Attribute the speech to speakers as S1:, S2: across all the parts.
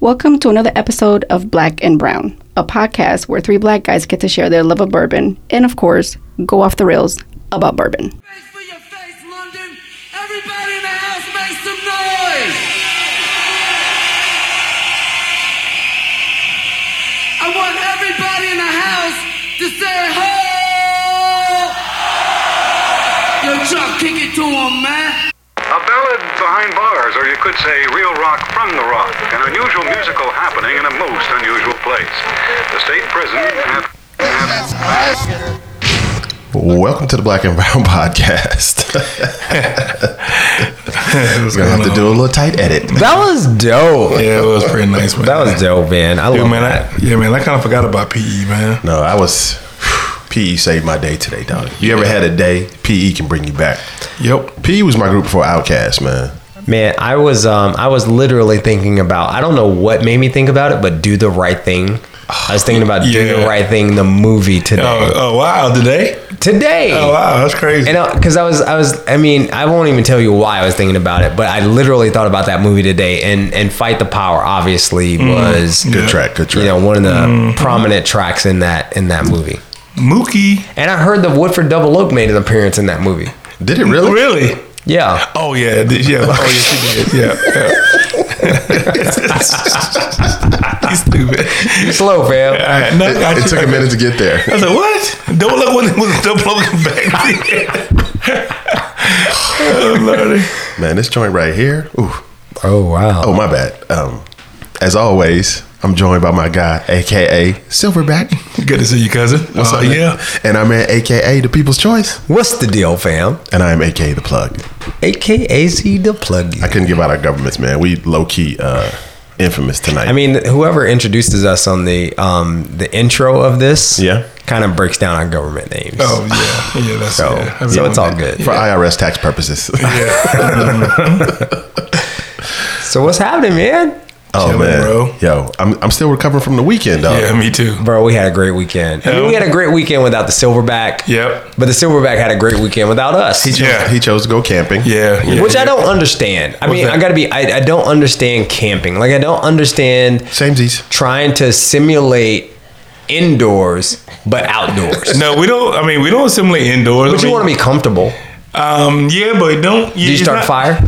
S1: Welcome to another episode of Black and Brown, a podcast where three black guys get to share their love of bourbon and, of course, go off the rails about bourbon.
S2: Face for your face, London. Everybody in the house, make some noise. I want everybody in the house to say ho. Yo, Chuck, kick it to 'em, man.
S3: A ballad behind bars, or you could say real rock from the rock. An unusual musical happening in a most unusual place. The state prison. Have,
S4: Welcome to the Black and Brown Podcast. We're gonna have to do a little tight edit.
S5: That was dope.
S6: Yeah, it was pretty nice, man.
S5: That was dope, man. I
S6: Dude,
S5: love
S6: man,
S5: that.
S6: I, yeah, man. I kind of forgot about PE, man.
S4: No, I was PE saved my day today, Donnie. You ever had a day PE can bring you back?
S6: Yep.
S4: PE was my group before Outcast, man.
S5: Man, I was um I was literally thinking about I don't know what made me think about it, but do the right thing. I was thinking about do the
S6: Yeah.
S5: right thing, the movie today.
S6: Oh, oh wow, today?
S5: Today.
S6: Oh wow, that's crazy.
S5: And uh, because I was, I was, I mean, I won't even tell you why I was thinking about it, but I literally thought about that movie today. And and Fight the Power obviously
S6: Mm.
S5: was
S4: Good track, good track.
S5: you know one of the
S6: Mm-hmm.
S5: prominent tracks in that in that movie.
S6: Mookie,
S5: And I heard the Woodford Double Oak made an appearance in that movie.
S4: Did it really?
S6: really?
S5: Yeah,
S6: Oh yeah, th- yeah. Oh yeah, she did. Yeah. yeah. He's stupid.
S5: slow fam.
S6: All right, no, I
S4: It took a minute to get there.
S6: I said, "What? Don't look what was double looking back." there." oh, Lordy.
S4: Man, this joint right here. Ooh.
S5: Oh wow.
S4: Oh, my bad. Um, as always, I'm joined by my guy, aka Silverback.
S6: Good to see you, cousin. What's up?
S4: man?
S6: Uh, Oh, Yeah.
S4: And I'm at aka the People's Choice.
S5: What's the deal, fam?
S4: And I am aka the plug.
S5: AKA Z the plug.
S4: I couldn't give out our governments, man. We low key uh, infamous tonight.
S5: I mean, whoever introduces us on the um the intro of this,
S4: Yeah.
S5: kind of breaks down our government names.
S6: Oh yeah, yeah. That's
S5: so
S6: yeah. I've
S5: so
S6: known
S5: it's all
S6: that.
S5: good.
S4: for IRS tax purposes.
S5: So what's happening, man?
S4: oh
S6: Chillin',
S4: man,
S6: bro.
S4: yo, I'm I'm still recovering from the weekend, dog.
S6: Yeah, me too.
S5: Bro, we had a great weekend. I mean, we had a great weekend without the Silverback.
S6: Yep.
S5: But the Silverback had a great weekend without us.
S4: He chose,
S6: Yeah.
S4: he chose to go camping.
S6: Yeah, yeah.
S5: which I don't understand. I mean,
S6: that?
S5: I gotta be. I, I don't understand camping. Like, I don't understand
S4: Samesies.
S5: trying to simulate indoors but outdoors.
S6: No, we don't. I mean, we don't assimilate indoors.
S5: But
S6: I
S5: you
S6: mean,
S5: want to be comfortable.
S6: Um, yeah, but don't.
S5: Do you start a fire?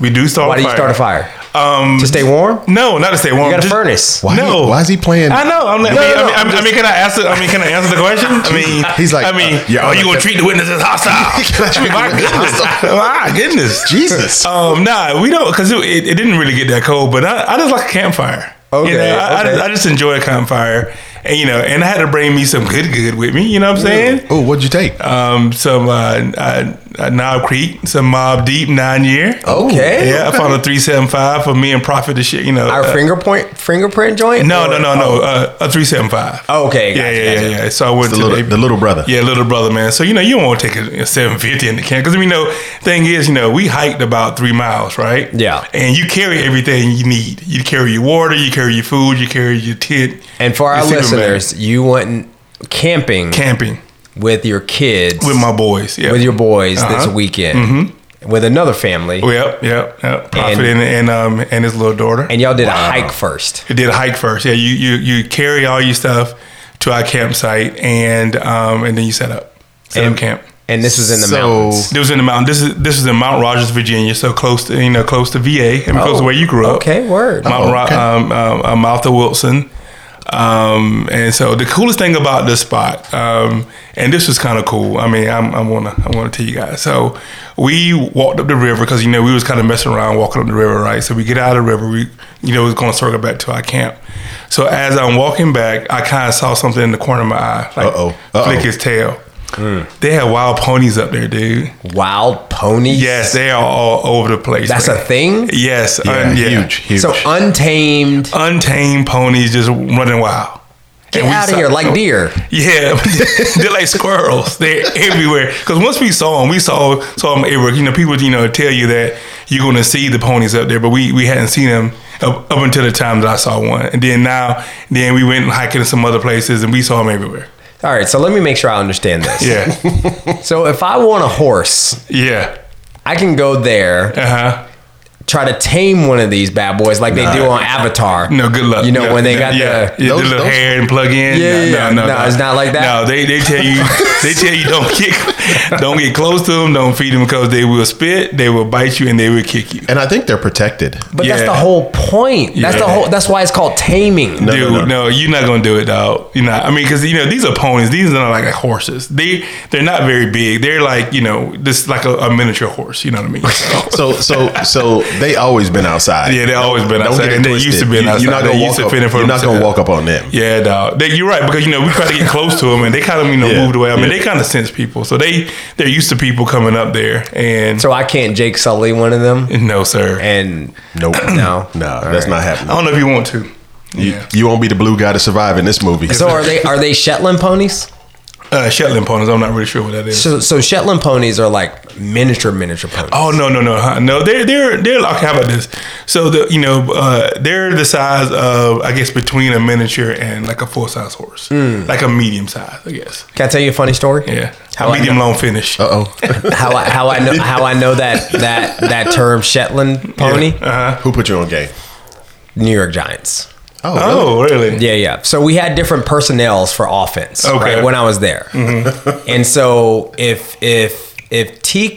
S6: We do start.
S5: Why do you start a fire?
S6: Um,
S5: To stay warm?
S6: No, not to stay warm.
S5: You got a
S6: Just-
S5: furnace.
S4: Why?
S6: No.
S4: Why is he playing?
S6: I know. I'm like,
S5: No,
S6: I, mean,
S5: no, no,
S6: I, mean, I mean, can I answer? I mean, can I answer the question? I mean,
S4: He's like,
S6: I mean,
S4: uh, yeah,
S6: are
S4: I'm
S6: you gonna
S4: like-
S6: treat the witness as hostile? I mean, my goodness, my goodness,
S4: Jesus.
S6: Um, nah, we don't because it, it, it didn't really get that cold, but I, I just like a campfire.
S5: Okay,
S6: you know, I, I
S5: okay.
S6: just, I just enjoy a campfire, and you know, and I had to bring me some good good with me. You know what I'm saying?
S4: Oh, what'd you take?
S6: um, some uh, uh, uh, Knob Creek, some Mob Deep nine year.
S5: Oh. Okay.
S6: yeah, I found a three seven five for me and Profit to shit. You know,
S5: Our
S6: uh,
S5: finger point, fingerprint joint?
S6: no,
S5: Or-
S6: no, no, no, uh, a three seven five.
S5: Oh, okay.
S6: yeah,
S5: gotcha,
S6: yeah,
S5: gotcha.
S6: yeah, yeah. So I went
S4: the
S6: to
S4: little
S6: they-
S4: the little brother.
S6: yeah, little brother, man. So you know, you don't want to take a, seven fifty in the can because we know thing is, you know, we hiked about three miles, right?
S5: Yeah.
S6: and you carry everything you need. You carry your water, you carry your food, you carry your tent.
S5: And for our
S6: your sleeping bag.
S5: listeners, you went camping
S6: camping
S5: with your kids,
S6: with my boys, yeah,
S5: with your boys this
S6: Uh-huh. Mm-hmm.
S5: weekend, with another family,
S6: Oh, Yep, yep, yep. Prophet
S5: And-
S6: and, and um and his little daughter.
S5: and y'all did a hike first.
S6: you did a hike first. Yeah, you you you carry all your stuff to our campsite and um and then you set up set
S5: And-
S6: up camp.
S5: And this was in the
S4: So-
S5: mountains.
S6: This was in the mountain. This is this is in Mount Rogers, Virginia. So close to you know close to VA. I mean, close to where you grew up.
S5: Okay, word.
S6: Mount Ro-
S4: Oh, okay.
S6: um, um, uh, Martha Wilson. Um, and so the coolest thing about this spot, um, and this was kind of cool. I mean, I'm, I'm gonna, I want to tell you guys. So we walked up the river because you know we was kind of messing around walking up the river, right? So we get out of the river, we, you know, we was going to circle back to our camp. So as I'm walking back, I kind of saw something in the corner of my eye, like
S4: Uh-oh. Uh-oh. Mm.
S6: flick his tail. They had wild ponies up there, dude.
S5: Wild ponies.
S6: Yes, they are all over the place.
S5: That's
S6: man.
S5: a thing?
S6: Yes,
S4: Yeah,
S6: un- yeah.
S4: huge, huge.
S5: So untamed.
S6: untamed ponies just running wild.
S5: Get
S6: we
S5: out of
S6: saw-
S5: here like deer.
S6: Yeah, they're like squirrels. They're everywhere. Because once we saw them, we saw saw them everywhere. You know, people you know tell you that you're going to see the ponies up there, but we we hadn't seen them up, up until the time that I saw one. And then now, then we went hiking to some other places, and we saw them everywhere.
S5: All right, so let me make sure I understand this.
S6: Yeah,
S5: So if I want a horse,
S6: yeah,
S5: I can go there,
S6: uh huh.
S5: try to tame one of these bad boys like they do on Avatar.
S6: No, good luck.
S5: You know
S6: Yeah,
S5: when they
S6: yeah,
S5: got
S6: yeah,
S5: the
S6: yeah,
S4: Those-
S6: the little
S4: those-
S6: hair and plug
S5: Yeah,
S6: in.
S5: yeah, yeah.
S6: no, no,
S5: No, it's not like that.
S6: No, they they tell you they tell you don't get don't get close to them, don't feed them because they will spit, they will bite you, and they will kick you.
S4: And I think they're protected.
S5: But that's
S6: Yeah.
S5: the whole point. That's the
S6: Yeah.
S5: whole. That's why it's called taming.
S4: No,
S6: Dude,
S4: no,
S6: no,
S4: no.
S6: you're not gonna do it, dog. You know, I mean, because you know these are ponies. These are not like horses. They they're not very big. They're like you know this like a, a miniature horse. You know what I mean?
S4: So
S6: So,
S4: so so they always been outside.
S6: yeah, they always been
S4: Don't
S6: outside.
S4: get it
S6: And they
S4: twisted.
S6: used to be
S4: You-
S6: outside.
S4: You're not
S6: They
S4: gonna
S6: used
S4: walk
S6: to
S4: up.
S6: fend it for
S4: You're not gonna walk
S6: themselves.
S4: up on them.
S6: Yeah, dog. They, you're right because you know we try to get close to them and they kind of you know
S4: Yeah.
S6: moved away. I mean,
S4: Yeah.
S6: they kind of sense people, so they they're used to people coming up there and
S5: So I can't Jake Sully one of them.
S6: no, sir.
S5: And
S4: Nope.
S5: No.
S4: Nah,
S5: All
S4: that's
S5: right.
S4: not
S6: I
S4: happening.
S6: don't know if you want to.
S4: You,
S6: Yeah.
S4: you won't be the blue guy to survive in this movie.
S5: so are they? Are they Shetland ponies?
S6: Uh, Shetland ponies. I'm not really sure what that is.
S5: So, so Shetland ponies are like miniature miniature ponies.
S6: Oh no no no huh? no they're they're they're like how about this so the you know uh, they're the size of I guess between a miniature and like a full size horse
S5: Hmm.
S6: like a medium size I guess
S5: Can I tell you a funny story?
S6: yeah
S5: How I,
S6: medium
S5: know,
S6: long finish
S4: Uh oh.
S5: how I how I know how I know that that that term Shetland pony?
S6: Uh-huh.
S4: Who put you on game?
S5: New York Giants.
S4: Oh,
S6: oh really
S5: Yeah, yeah. So we had different personnels for offense
S6: Okay. Mm-hmm.
S5: right, when I was there. and so if if if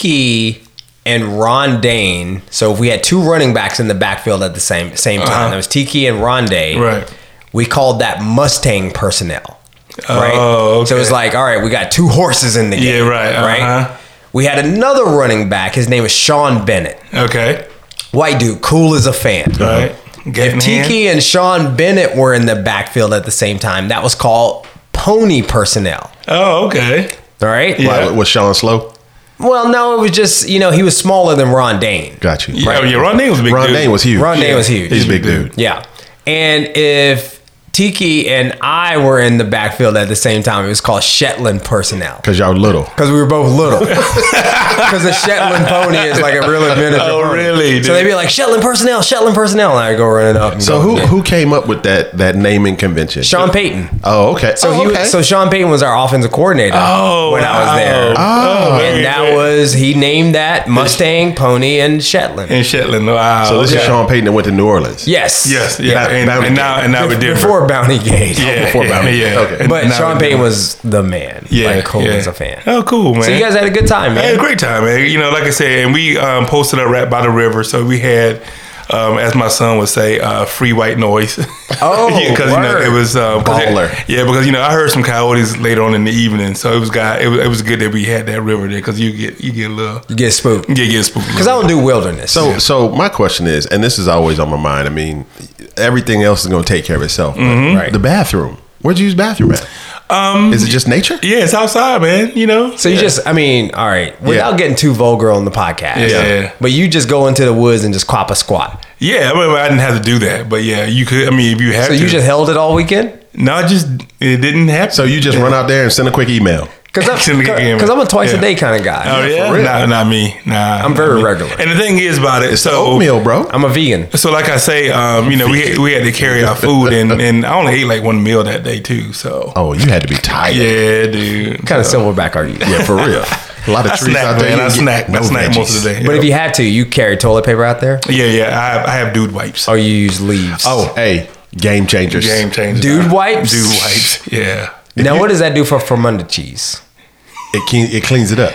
S5: Tiki and Ron Dane, so if we had two running backs in the backfield at the same same time, there was Tiki and Ron Dane.
S6: Uh-huh. Right.
S5: We called that Mustang personnel. Right.
S6: Oh,
S5: So it was
S6: okay.
S5: like, all right, we got two horses in the
S6: Yeah,
S5: game.
S6: right, uh-huh.
S5: Right. We had another running back. His name was Sean Bennett.
S6: okay
S5: White dude, cool as a fan.
S6: right Get in
S5: If
S6: hand.
S5: Tiki and Sean Bennett were in the backfield at the same time, that was called pony personnel.
S6: oh okay
S5: All right.
S6: Yeah.
S4: Why, was Sean slow?
S5: Well, no, it was just you know he was smaller than Ron Dane.
S4: Got you.
S6: yeah, yeah Ron Dane was a big
S4: Ron
S6: dude.
S4: Dane was huge.
S5: Ron Dane was huge.
S4: He's a big dude.
S5: Yeah. And if Tiki and I were in the backfield at the same time, it was called Shetland personnel.
S4: Cause y'all little.
S5: Because we were both little. Because a Shetland pony is like a really miniature.
S6: Oh,
S5: pony.
S6: really,
S5: So
S6: dude?
S5: they'd be like Shetland personnel, Shetland personnel, and I go running up. And
S4: So
S5: go,
S4: who
S5: "Yeah."
S4: who came up with that that naming convention?
S5: Sean Payton.
S4: Oh, okay.
S5: So
S4: oh,
S5: he was-
S4: okay.
S5: so Sean Payton was our offensive coordinator
S6: oh
S5: when I was
S6: wow.
S5: there.
S6: oh, very
S5: and that
S6: good.
S5: was he named that Mustang, Pony, and Shetland.
S6: in Shetland wow
S4: So this is
S6: Yeah.
S4: Sean Payton that went to New Orleans.
S5: yes.
S6: yes yeah
S4: Bounty-
S6: and,
S4: Bounty
S6: and now and now we're
S5: Bef-
S6: different
S5: Before Bounty Gate.
S6: yeah
S4: before
S6: yeah,
S4: Bounty.
S6: yeah.
S4: Okay.
S6: And
S5: But
S6: now
S5: Sean
S6: we're
S5: Payton
S6: different.
S5: was the man.
S6: yeah
S5: Like Cole
S6: yeah.
S5: was a fan.
S6: oh cool man
S5: So you guys had a good time,
S6: I
S5: man.
S6: had a great time, man. You know, like I said, and we um, posted a rap by the river, so we had. Um, as my son would say, uh, free white noise.
S5: Oh,
S6: because you know
S5: word.
S6: it was um, 'cause it-
S4: Baller.
S6: yeah, because you know I heard some coyotes later on in the evening, so it was God. It was, it was good that we had that river there because you get you get a little
S5: You get spooked.
S6: you get spooked.
S5: Because I don't do wilderness.
S4: So, so my question is, and this is always on my mind. I mean, everything else is going to take care of itself. but
S6: Mm-hmm.
S5: Right.
S4: The bathroom. Where'd you use bathroom at? Um, is it just nature?
S6: yeah, it's outside, man. You know,
S5: So you just, I mean, all right, without
S4: Yeah.
S5: getting too vulgar on the podcast,
S6: Yeah.
S5: but you just go into the woods and just clop a squat.
S6: yeah. I, mean, I didn't have to do that, but yeah, you could. I mean, if you had
S5: So
S6: to,
S5: you just held it all weekend?
S6: no, I just it didn't happen.
S4: So you just run out there and send a quick email.
S5: Because I'm,
S6: Actually, yeah.
S5: because I'm a twice
S6: Yeah.
S5: a day kind of guy.
S6: oh yeah,
S4: for real.
S6: nah, not me. Nah,
S5: I'm very
S6: not me.
S5: regular.
S6: And the thing is about it, so
S4: Oatmeal, bro.
S5: I'm a vegan.
S6: So like I say, um, you know, we had, we had to carry our food, and, and I only ate like one meal that day too. So
S4: oh, you had to be tired.
S6: yeah, dude.
S5: kind of silverback are you?
S4: Yeah, for real. A lot of
S6: I
S4: trees out
S6: snack,
S4: there.
S6: man.
S4: you
S6: I
S4: get
S6: snack.
S4: no
S6: I snack most
S4: veggies.
S6: of the day.
S5: But if you had to, you carry toilet paper out there,
S6: yeah, yeah, I have, I have dude wipes.
S5: or you use leaves.
S4: Oh, hey, game changers.
S6: Game changer.
S5: Dude wipes?
S6: Dude wipes. Yeah.
S5: now what does that do for Fermunda cheese?
S4: It clean, it cleans it up.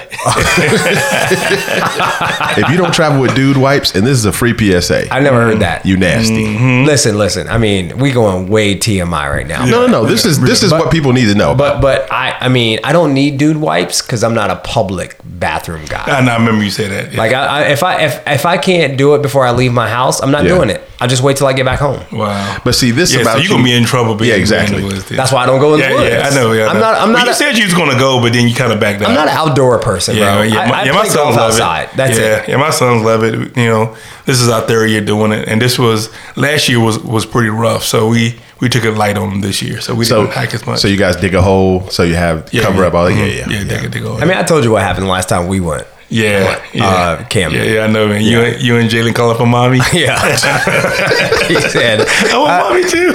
S4: if you don't travel with dude wipes, and this is a free PSA,
S5: I never
S6: Mm,
S5: heard that.
S4: you nasty.
S6: Mm-hmm.
S5: listen, listen. I mean, we going way TMI right now.
S4: No, no, no. This is this is what people need to know.
S5: But but I I mean I don't need dude wipes because I'm not a public bathroom guy.
S6: I, know, I remember you say that. Ah, Yeah.
S5: Like I, I if I if, if I can't do it before I leave my house, I'm not
S4: Yeah.
S5: doing it. I just wait till I get back home.
S6: wow.
S4: But see, this
S6: yeah,
S4: about
S6: so you gonna be in trouble. Being
S4: Yeah, exactly.
S6: being in the woods, yeah.
S5: That's why I don't go in
S6: yeah,
S5: the woods.
S6: yeah, I know. Yeah, I
S5: I'm
S6: know.
S5: not. I'm
S6: Well,
S5: not.
S6: you
S5: a-
S6: said you was gonna go, but then you kind of backed out.
S5: I'm not an outdoor person,
S6: Yeah,
S5: bro.
S6: yeah,
S5: I,
S6: my,
S5: I
S6: yeah, my
S5: play
S6: sons
S5: golf
S6: love
S5: outside.
S6: it.
S5: That's
S6: yeah,
S5: it.
S6: yeah, my sons love it. You know, this is our third year doing it, and this was last year was was pretty rough. So we we took it light on this year, so we
S4: so
S6: didn't hike as much.
S4: so you guys dig a hole, so you have
S6: Yeah,
S4: cover
S6: yeah,
S4: up all that.
S6: mhm,
S4: Yeah, yeah,
S6: yeah. They, they go,
S5: I mean, I told you what happened last time we went.
S6: yeah, yeah,
S5: uh, Cam.
S6: Yeah, yeah, I know, man. You and, you and Jalen calling for mommy.
S5: Yeah. he said,
S6: I want Oh, mommy too.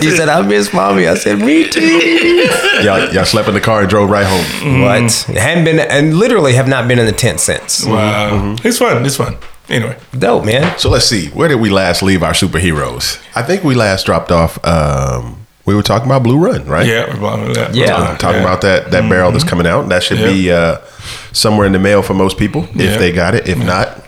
S5: he said, I miss mommy. I said, me too.
S4: Y'all, y'all slept in the car and drove right home.
S6: Mm-hmm. Hmm.
S5: What? Hadn't been, and literally have not been in the tent since.
S6: wow, it's fun. It's fun. Anyway,
S5: Dope, man.
S4: So let's see. Where did we last leave our superheroes? I think we last dropped off. Um, we were talking about Blue Run, right?
S6: yeah, Mm-hmm. we're blowing it up.
S5: Yeah.
S4: Uh, talking about that that barrel that's coming out. That should be uh, somewhere in the mail for most people if
S6: Yeah.
S4: they got it. If not,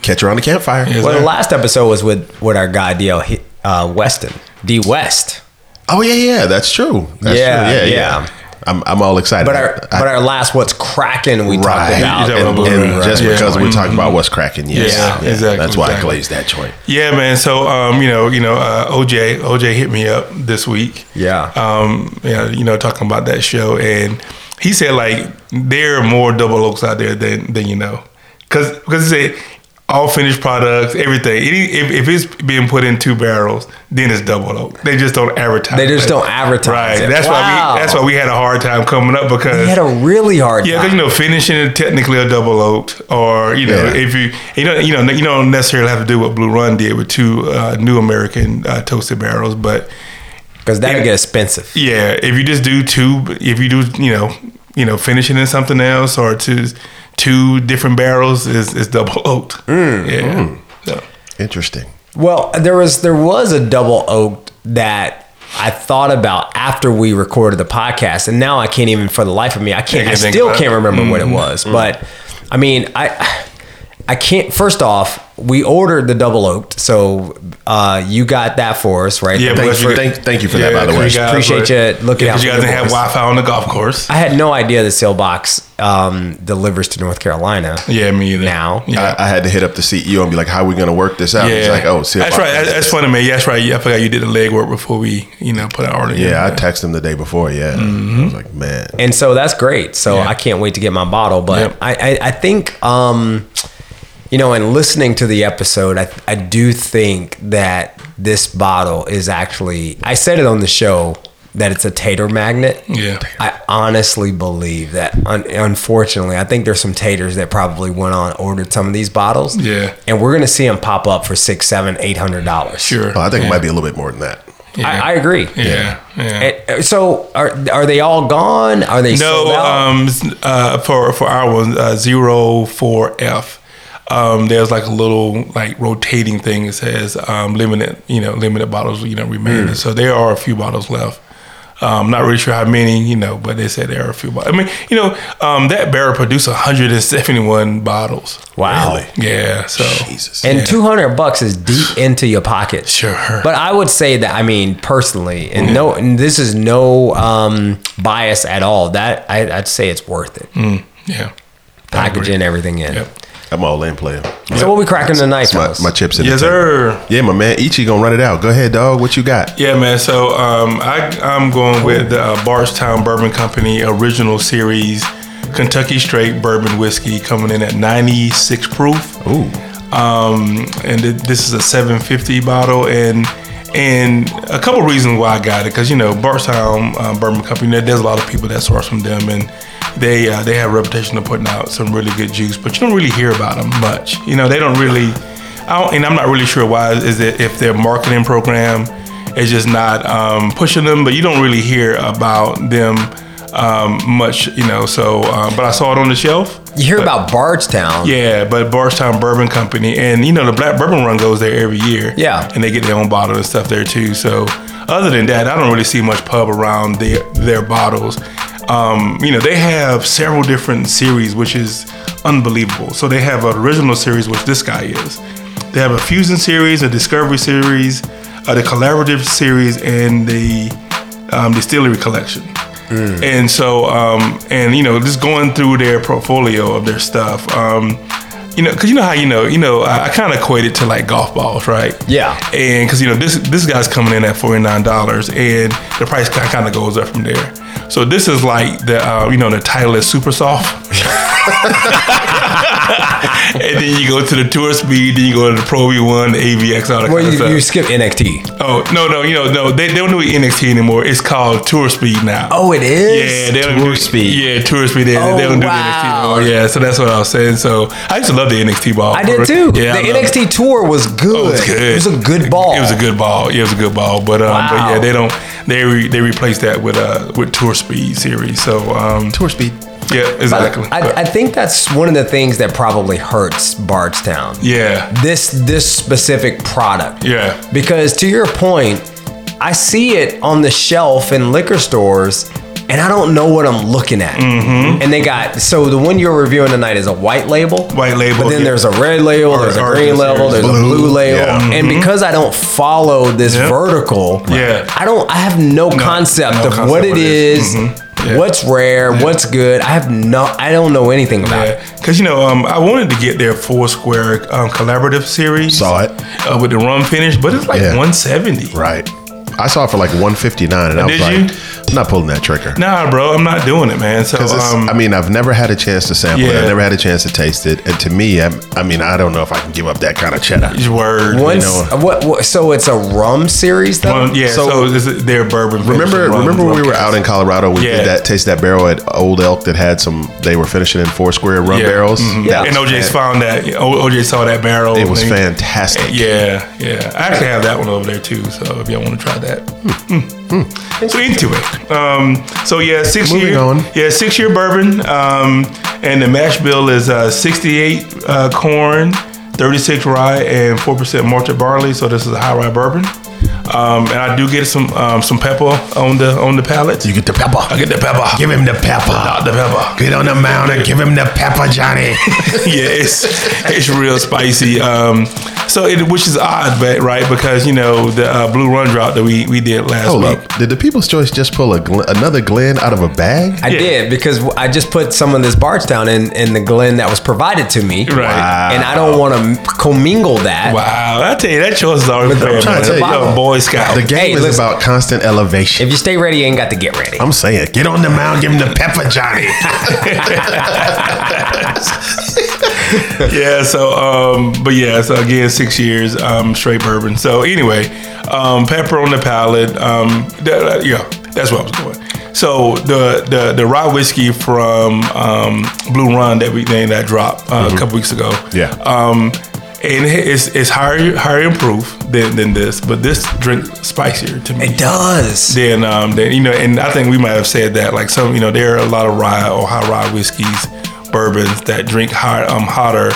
S4: catch her on the campfire.
S6: Yes,
S5: Well,
S6: sir.
S5: the last episode was with with our guy DL He- uh, Weston, D West.
S4: Oh yeah, yeah, that's true. That's
S5: Yeah,
S4: true.
S5: yeah.
S4: I'm, I'm all excited.
S5: But our
S4: I-
S5: but our last what's cracking we
S4: right,
S5: talked about.
S6: Yeah,
S4: and,
S6: Blue
S4: and
S6: Run.
S4: just
S6: Yeah.
S4: because we talked about what's cracking, yes,
S6: Yeah,
S4: Yeah,
S6: exactly,
S4: That's why
S6: exactly.
S4: I glazed that joint.
S6: Yeah, man. So um, you know, you know, uh, OJ, OJ hit me up this week.
S5: Yeah.
S6: Um, yeah, you know, talking about that show, and he said like there are more double oaks out there than than you know, because because he said all finished products, everything. Any if, if it's being put in two barrels, then it's double oak. They just don't advertise.
S5: They just
S6: it.
S5: don't advertise
S6: Right.
S5: it.
S6: That's why
S5: Wow.
S6: we that's why we had a hard time coming up because
S5: He had a really hard
S6: yeah,
S5: time.
S6: because you know, finishing is technically a double oak, or you know,
S4: Yeah.
S6: if you you know you know you don't necessarily have to do what Blue Run did with two uh, new American uh, toasted barrels, but
S5: because that
S6: Yeah.
S5: would get expensive.
S6: yeah, if you just do two, if you do you know you know finishing in something else or two two different barrels is is double oaked.
S4: Mm,
S6: yeah. So,
S4: Interesting.
S5: Well, there was there was a double oaked that I thought about after we recorded the podcast, and now I can't even for the life of me I can't.
S6: Can't
S5: I
S6: even think
S5: still
S6: about it. Mm-hmm.
S5: can't remember what it was, but I mean I. I can't. First off, we ordered the double oaked, so uh, you got that for us, right? The
S6: Yeah, but
S4: Thank
S5: first-
S6: that's
S4: you,
S6: what-
S4: thank, thank you for that. By the
S6: yeah,
S4: way,
S6: guys,
S5: Appreciate
S6: but-
S5: you looking
S6: yeah,
S5: out
S6: but You
S5: for
S6: guys
S5: the
S6: didn't have
S5: boys.
S6: Wi-Fi on the golf course.
S5: I had no idea the sale box um, delivers to North Carolina.
S6: yeah, me either.
S5: Now.
S6: yeah.
S4: I, I had to hit up the CEO and be like, "How are we going to work this out?" He's like, "Oh, see if
S6: that's
S4: I-
S6: right. That's, that's funny, man. Yeah, that's right. Yeah, I forgot you did the legwork before we, you know, put our order. in.
S4: Yeah, I texted him the day before. Yeah,
S6: Mm-hmm.
S4: I was like, "Man,
S5: and so that's great. So
S6: Yeah.
S5: I can't wait to get my bottle. But
S6: Yep.
S5: I, I, I think, um, you know, in listening to the episode, I, I do think that this bottle is actually. I said it on the show that it's a tater magnet.
S6: Yeah.
S5: I honestly believe that. Un- unfortunately, I think there's some taters that probably went on ordered some of these bottles.
S6: Yeah.
S5: and we're gonna see them pop up for six, seven, eight hundred dollars.
S6: sure.
S4: Oh, I think
S6: yeah.
S4: it might be a little bit more than that."
S6: Yeah.
S5: I, I agree.
S6: Yeah, yeah.
S5: And- uh, so are are they all gone? Are they sold
S6: no,
S5: out?
S6: um, s- uh, for for our one uh, zero four F. Um, there's like a little like rotating thing that says um, limited, you know, limited bottles, you know, remaining. So there are a few bottles left. Um, not really sure how many, you know, but they said there are a few bottles. I mean, you know, um, that barrel produced 171 bottles.
S5: wow.
S6: Yeah, so
S4: Jesus.
S5: And 200 bucks is deep into your pocket.
S6: Sure. Mm.
S5: But I would say that I mean personally and no and this is no um bias at all. That I would say it's worth it.
S6: yeah, I Mm, agree.
S5: Packaging everything in.
S6: Yep.
S4: I'm all in player.
S5: So what we cracking tonight,
S4: It's my,
S5: fellas?
S4: my chips in
S6: Oh. Yes,
S4: the table.
S6: sir.
S4: Yeah, my man. Ichi gonna run it out. Go ahead, dog. What you got?
S6: Yeah, man. So um, I, I'm going with the uh, Bardstown Bourbon Company Original Series Kentucky Straight Bourbon Whiskey coming in at 96 proof.
S4: Ooh.
S6: Um, and th- this is a 750 bottle. And and a couple reasons why I got it because, you know, Bardstown uh, Bourbon Company, there- there's a lot of people that source from them. And they uh, they have a reputation of putting out some really good juice, but you don't really hear about them much. You know, they don't really. I don't, and I'm not really sure why is it if their marketing program it's just not um, pushing them, but you don't really hear about them um, much, you know. So, uh, but I saw it on the shelf.
S5: you hear about Bardstown.
S6: uh, Yeah, but Bardstown Bourbon Company, and you know the Black Bourbon Run goes there every year.
S5: Yeah.
S6: and they get their own bottle and stuff there too. So, other than that, I don't really see much pub around their their bottles. Um, you know, they have several different series, which is unbelievable. So they have an original series, which this guy is. They have a fusion series, a discovery series, uh, the collaborative series, and the um, distillery collection. And so, um, and you know, just going through their portfolio of their stuff, um, you know, because you know how you know, you know, I, I kind of equate it to like golf balls, right?
S5: Yeah.
S6: And because you know, this this guy's coming in at forty nine dollars, and the price kind of goes up from there. So this is like the uh, you know the Titleist Super Soft. and then you go to the Tour Speed, then you go to the Pro V1, the AVX, all that
S5: Well,
S6: kind of
S5: you,
S6: stuff.
S5: you skip NXT.
S6: Oh no no you know no they, they don't do NXT anymore. It's called Tour Speed now.
S5: Oh, it is.
S6: yeah, they don't
S4: Tour
S6: do,
S4: Speed.
S6: Yeah, Tour Speed. They,
S5: Oh,
S6: they don't do
S5: wow.
S6: NXT anymore. Yeah, so that's what I was saying. So I used to love the NXT ball.
S5: I did too.
S6: Yeah, I
S5: the
S6: love-
S5: NXT tour was good.
S6: Oh, it was good.
S5: It was a good ball.
S6: It was a good ball. Yeah, it was a good ball. But um, but
S5: Wow.
S6: yeah, they don't they re, they replaced that with uh with Tour Speed series. So um
S4: Tour speed.
S6: Yeah, exactly.
S5: I, I think that's one of the things that probably hurts Bardstown.
S6: yeah.
S5: This this specific product.
S6: Yeah.
S5: Because to your point, I see it on the shelf in liquor stores and I don't know what I'm looking at.
S6: Mm-hmm.
S5: And they got so the one you're reviewing tonight is a white label.
S6: White label,
S5: But then
S6: yeah.
S5: there's a red label,
S6: Or-
S5: there's a
S6: or
S5: green
S6: there's
S5: label, there's a
S4: blue,
S5: blue label.
S4: yeah.
S5: And because I don't follow this
S6: Yep.
S5: vertical,
S6: Mm-hmm. Yeah.
S5: I don't I have no, concept
S6: no
S5: of
S6: concept
S5: what
S6: what
S5: it
S6: it
S5: is,
S6: is. Mhm. Yeah.
S5: what's rare, what's good. I have no I don't know anything about it.
S6: Because you know, um, I wanted to get their four square um, collaborative series.
S4: Saw it.
S6: uh, with the rum finish, but it's like
S4: Yeah.
S6: 170.
S4: Right. I saw it for like 159 and I was
S6: Did
S4: like,
S6: you?
S4: I'm not pulling that trigger.
S6: Nah, bro, I'm not doing it, man. So,
S4: 'Cause it's-
S6: um,
S4: I mean, I've never had a chance to sample it.
S6: Yeah.
S4: I've never had a chance to taste it. And to me, I'm, I mean, I don't know if I can give up that kind of cheddar.
S6: it's word.
S5: Once,
S4: know.
S5: what, what? So it's a rum series, though.
S6: One- yeah. So,
S4: So-
S6: it's their bourbon. finish
S4: Remember,
S6: and rum-
S4: remember when
S6: rum
S4: we were
S6: cast.
S4: out in Colorado, we
S6: Yeah.
S4: did that taste that barrel at Old Elk that had some. They were finishing in four square rum
S6: Yeah.
S4: barrels.
S6: Mhm.
S4: That
S6: and
S4: was
S6: OJ's
S4: fan-
S6: found that. yeah, O- OJ saw that barrel.
S4: It was
S6: and-
S4: fantastic.
S6: Yeah, yeah. I actually have that one over there too. So if y'all want to try that.
S4: Hmm,
S6: Mm. So anyway, um, so yeah, six
S4: Moving
S6: year,
S4: on.
S6: yeah, six year bourbon, um, and the mash bill is uh, sixty eight uh, corn, thirty six rye, and four percent malted barley. So this is a high rye bourbon, um, and I do get some um, some pepper on the on the palate.
S4: You get the pepper.
S6: I get the pepper.
S4: Give him the pepper.
S6: the pepper.
S4: Get on the mound and give him the pepper, Johnny.
S6: yeah, it's it's real spicy. Um, so it, which is odd, but right because you know the uh, blue run drop that we we did last
S4: Hold
S6: week.
S4: up. Did the People's Choice just pull a gl- another Glen out of a bag?
S5: I did because w- I just put some of this Bardstown in in the Glen that was provided to me,
S6: Right.
S4: Wow.
S5: and I don't want to commingle that.
S6: Wow, I tell you that choice is already fair.
S4: I'm trying to
S6: man.
S4: tell you,
S6: You're a Boy Scout.
S4: The game
S5: Hey,
S4: is
S5: listen.
S4: about constant elevation.
S5: If you stay ready, you ain't got to get ready.
S4: I'm saying, get on the mound, give him the pepper, Johnny.
S6: yeah. So, um, but yeah. So again, six years um, straight bourbon. So anyway, um, pepper on the palate. Um, that, uh, yeah, that's where I was going. So the the the rye whiskey from um, Blue Run that we named that drop uh, a couple weeks ago.
S4: Yeah.
S6: Um, and it- it's it's higher higher in proof than than this, but this drink spicier to me.
S5: It does.
S6: Then, um, then you know, and I think we might have said that like some, you know, there are a lot of rye or high rye whiskeys, bourbons that drink hot, um, hotter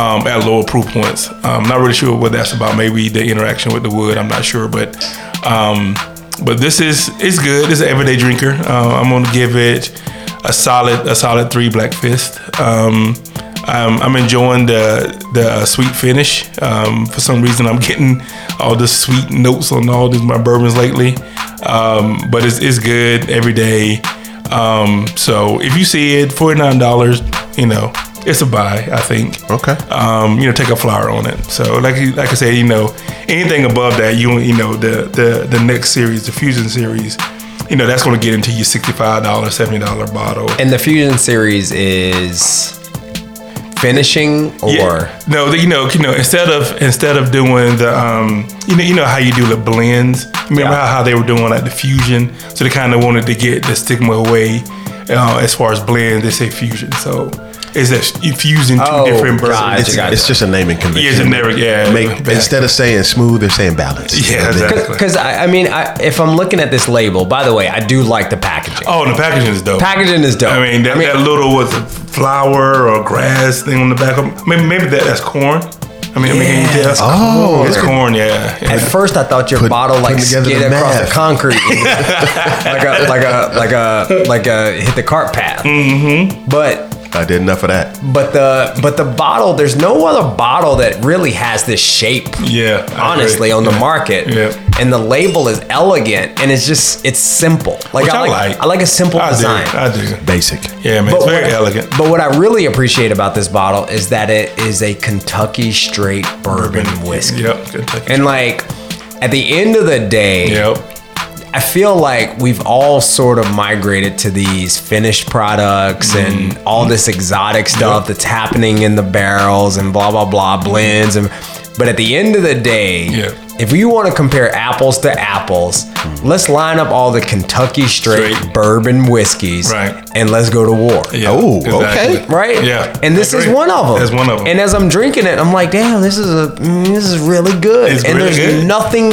S6: um, at lower proof points. I'm not really sure what that's about. Maybe the interaction with the wood. I'm not sure, but um, but this is it's good. It's an everyday drinker. Uh, I'm gonna give it a solid a solid three black fist. Um, I'm, I'm enjoying the the sweet finish. Um, for some reason, I'm getting all the sweet notes on all these my bourbons lately. Um, but it's, it's good every day. Um, so if you see it, forty nine dollars. You know, it's a buy. I think.
S4: Okay.
S6: Um, you know, take a flyer on it. So like you- like I said, you know, anything above that, you you know the the the next series, the fusion series. You know, that's going to get into your sixty-five dollar, seventy dollar bottle.
S5: And the Fusion series is finishing or
S6: no, the- you know, you know, instead of instead of doing the um, you know, you know how you do the blends. Remember
S5: Yeah.
S6: how, how they were doing like the fusion, so they kind of wanted to get the stigma away uh, as far as blend. They say fusion, so is that you fusing two
S5: Oh,
S6: different bourbons?
S5: gotcha,
S4: it's,
S5: gotcha.
S4: it's just a naming
S6: Yeah,
S4: convention.
S6: generic. Yeah,
S4: Make,
S6: back.
S4: instead of saying smooth, they're saying balance.
S6: Yeah, exactly.
S5: because I, I mean, I, if I'm looking at this label, by the way, I do like the packaging.
S6: Oh, the packaging is dope.
S5: Packaging is dope.
S6: I mean, that, that little with the flower or grass thing on the back of maybe maybe that, that's corn. I mean, I mean, can you
S5: Yeah.
S6: tell?
S4: Oh,
S6: it's
S4: look at-
S6: corn. Yeah, yeah.
S5: At first, I thought your
S4: Put-
S5: bottle like
S4: putting together
S5: skid
S4: the
S5: across
S4: math.
S5: the concrete, like a like a like a like a hit the cart path. Mm-hmm. But
S4: I did enough of that.
S5: but the but the bottle, there's no other bottle that really has this shape.
S6: yeah. I
S5: Honestly,
S6: agree.
S5: on the
S6: Yeah.
S5: market,
S6: Yeah.
S5: and the label is elegant, and it's just it's simple. Like
S6: Which
S5: I, like, I like a simple
S6: I
S5: design.
S6: Do, I do.
S4: Basic.
S6: Yeah, man, it's very
S5: what,
S6: elegant.
S5: But what I really appreciate about this bottle is that it is a Kentucky straight bourbon whiskey.
S6: Yep, Kentucky.
S5: And like at the end of the day,
S6: yep.
S5: I feel like we've all sort of migrated to these finished products
S6: Mm-hmm.
S5: and all this exotic stuff that's happening in the barrels and blah blah blah blends and but at the end of the day,
S6: Yeah. Mm.
S5: if you want to compare apples to apples, let's line up all the Kentucky straight,
S6: Straight.
S5: bourbon whiskeys
S6: Right.
S5: and let's go to war
S6: Yeah,
S4: Oh, okay.
S5: right?
S6: Yeah.
S5: And this
S6: I
S5: is
S6: agree.
S5: one of them.
S6: That's one of them.
S5: And as I'm drinking it, I'm like, damn, this is a mm, this is really good.
S6: It's
S5: and
S6: really
S5: there's
S6: good.
S5: nothing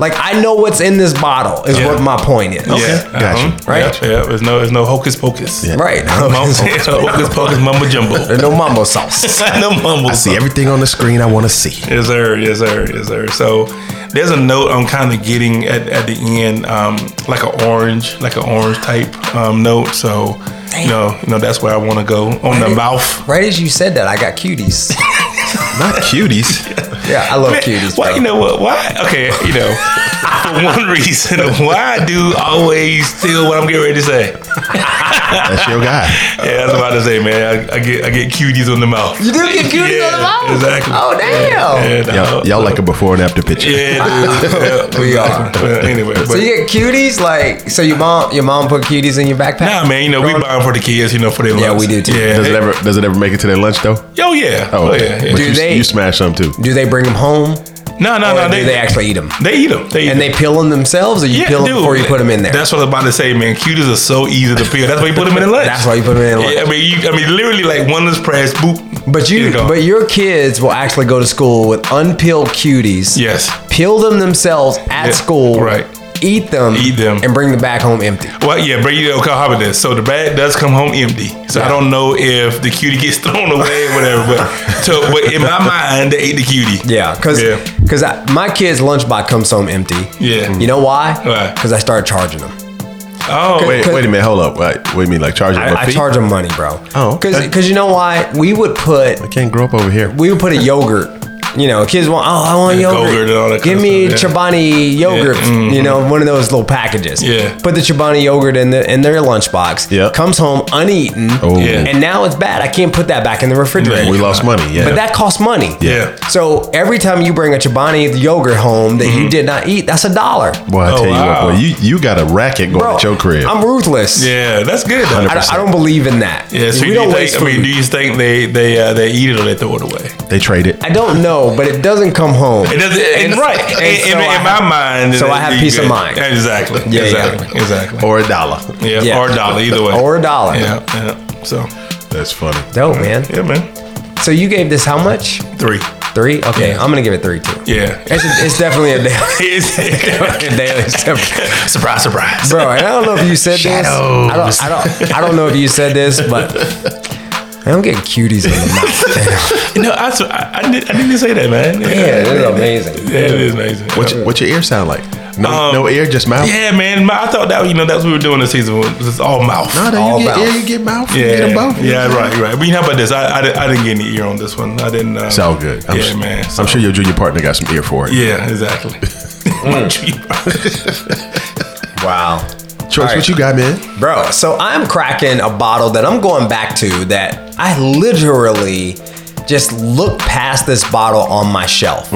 S5: Like I know what's in this bottle is
S6: Yeah.
S5: what my point is.
S4: Okay. Gotcha.
S5: Right?
S6: Yeah, yeah, there's no, there's no hocus pocus.
S4: Yeah.
S5: Right.
S6: Mumbo, hocus pocus, mumbo jumbo.
S5: There's no mumbo sauce.
S6: no mumbo.
S4: I see everything on the screen I want to see.
S6: Yes, sir. Yes, sir. Yes, sir. So there's a note I'm kind of getting at, at the end, um, like an orange, like an orange type um, note. So you know, you know, that's where I want to go on the mouth.
S5: Right as you said that, I got cuties.
S4: Not cuties.
S5: Yeah, I love cuties.
S6: Why
S5: bro.
S6: you know what? Why? Okay, you know, for one reason, why I do always steal what I'm getting ready to say?
S4: That's your guy.
S6: Yeah, that's what I was about to say, man. I, I get I get cuties on the mouth.
S5: You do get cuties on the mouth?
S6: Exactly.
S5: Oh, damn.
S6: Yeah,
S4: Y'all,
S6: dog.
S4: y'all like a before and after picture.
S6: Yeah, dude. Yeah,
S5: We are.
S6: exactly. Well, Anyway,
S5: So you get cuties, like so your mom your mom put cuties in your backpack.
S6: Nah, man, you know, we buy them for the kids, you know, for their
S5: Yeah,
S6: lunch.
S5: we do, too.
S6: Yeah.
S4: Does it ever does it ever make it to their lunch though?
S6: Oh, yeah.
S4: Oh,
S6: Oh,
S4: okay.
S6: yeah. yeah.
S4: But
S5: Do
S4: you,
S5: they-
S4: you smash some too.
S5: Do they bring them home,
S6: No, no,
S5: or
S6: no.
S5: do they, actually eat them?
S6: They eat them. They eat
S5: And they peel them themselves, or you
S6: Yeah,
S5: peel them
S6: dude,
S5: before you put them in there?
S6: That's what I was about to say, man. Cuties are so easy to peel. That's why you put them in the lunch.
S5: That's why you put them in the lunch.
S6: Yeah, I mean, you, I mean, literally, like one is pressed, boop.
S5: but
S6: here
S5: you,
S6: go.
S5: but your kids will actually go to school with unpeeled cuties.
S6: yes.
S5: peel them themselves at
S6: Yeah,
S5: school.
S6: right.
S5: Eat them.
S6: Eat them.
S5: and bring them back home empty.
S6: Well, yeah, bro, you know, how about this? So the bag does come home empty. So I don't know if the cutie gets thrown away or whatever. But, so, but in my mind, they ate the cutie.
S5: Yeah, cause
S6: Yeah.
S5: 'cause I, my kid's lunchbox comes home empty.
S6: Yeah.
S5: You know why?
S6: Why?
S5: Because I started charging them.
S6: Oh,
S4: Wait, wait a minute, hold up. Wait, what do you mean? Like charging
S5: I,
S4: my
S5: I
S4: feet?
S5: charge them money, bro.
S4: Oh, okay.
S5: Because you know why? We would put
S4: I can't grow up over here.
S5: we would put a yogurt. You know, kids want, oh, I want
S6: Yeah,
S5: yogurt.
S6: yogurt and all that
S5: Give
S6: kind of
S5: me
S6: stuff,
S5: Chobani yogurt.
S6: mhm.
S5: You know, one of those little packages.
S6: Yeah.
S5: Put the Chobani yogurt in the in their lunchbox.
S4: Yeah.
S5: Comes home uneaten.
S4: Oh,
S6: Yeah.
S5: And now it's bad. I can't put that back in the refrigerator.
S4: we lost money. Yeah,
S5: But that costs money.
S6: yeah.
S5: So every time you bring a Chobani yogurt home that
S6: Mm-hmm.
S5: you did not eat, that's a dollar.
S4: boy, I
S6: Oh,
S4: tell you
S6: wow.
S4: what, boy, you you got a racket going at your crib.
S5: I'm ruthless.
S6: Yeah, that's good. though.
S5: I, don't- I don't believe in that.
S6: Yeah, so
S5: we
S6: do
S5: don't
S6: you
S5: waste
S6: think, I
S5: food.
S6: mean, do you think they they uh, they eat it or they throw it away?
S4: they trade it.
S5: I don't know, but it doesn't come home.
S6: It doesn't, and,
S5: And-
S6: right,
S5: and
S6: in,
S5: so
S6: in,
S5: I
S6: in my
S5: have-
S6: mind.
S5: so
S6: it-
S5: I have
S6: you
S5: peace of
S6: good.
S5: mind.
S6: Exactly,
S5: Yeah,
S6: exactly, exactly.
S4: Or a dollar.
S6: yeah,
S5: Yeah.
S6: or a dollar, either way.
S5: Or a dollar.
S6: Yeah, yeah. So,
S4: That's funny.
S5: Dope, man.
S6: yeah, man,
S5: So you gave this how much?
S6: three.
S5: Three? Okay,
S6: Yeah.
S5: I'm gonna give it three too.
S6: Yeah.
S5: It's, it's definitely a daily, a daily step.
S6: surprise, surprise.
S5: bro. And I don't know if you said this. I don't, I don't. I don't know if you said this, but I'm getting cuties in the mouth.
S6: No, I, sw- I, I, did, I didn't say that, man. Yeah,
S5: Yeah, this is amazing.
S6: yeah, it is amazing.
S4: What's, what's your ear sound like? No,
S6: Um,
S4: no ear, just mouth.
S6: yeah, man. My, I thought that you know that's what we were doing this season. was It's all mouth.
S4: No,
S5: All
S4: no, you get
S5: mouth.
S4: ear, you get mouth, you
S6: Yeah,
S4: get them both.
S6: yeah, right, right. But you know about this? I, I, di- I didn't get any ear on this one. I didn't. Uh,
S4: It's all good. I'm
S6: yeah,
S4: su-
S6: man. so-
S4: I'm sure your junior partner got some ear for it.
S6: Yeah, exactly. Mm.
S5: Wow,
S4: Choice,
S5: All right.
S4: what you got, man?
S5: bro. So I'm cracking a bottle that I'm going back to that I literally just look past this bottle on my shelf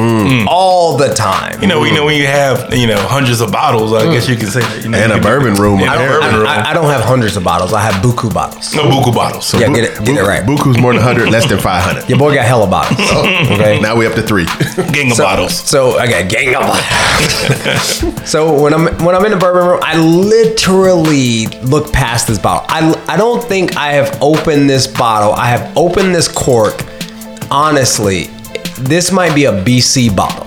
S5: all the time.
S6: Mm. you know, you know when you have you know hundreds of bottles, I
S4: Mm.
S6: guess you can say that. You know,
S4: And a
S6: you can-
S4: bourbon room.
S6: And a
S5: I don't,
S6: bourbon room.
S5: I, I- I don't have hundreds of bottles. I have buku bottles.
S6: no buku bottles.
S4: So
S5: Yeah,
S4: Bu-
S5: get it- get it
S4: Bu-
S5: right.
S4: Buku's more than 100, less than 500.
S5: Your boy got hella bottles. Okay.
S4: Now we up to three.
S6: gang of
S5: so,
S6: Oh, bottles.
S5: So I got gang of bottles. so when I'm when I'm in the bourbon room, I literally look past this bottle. I I don't think I have opened this bottle. I have opened this cork. Honestly, this might be a BC bottle.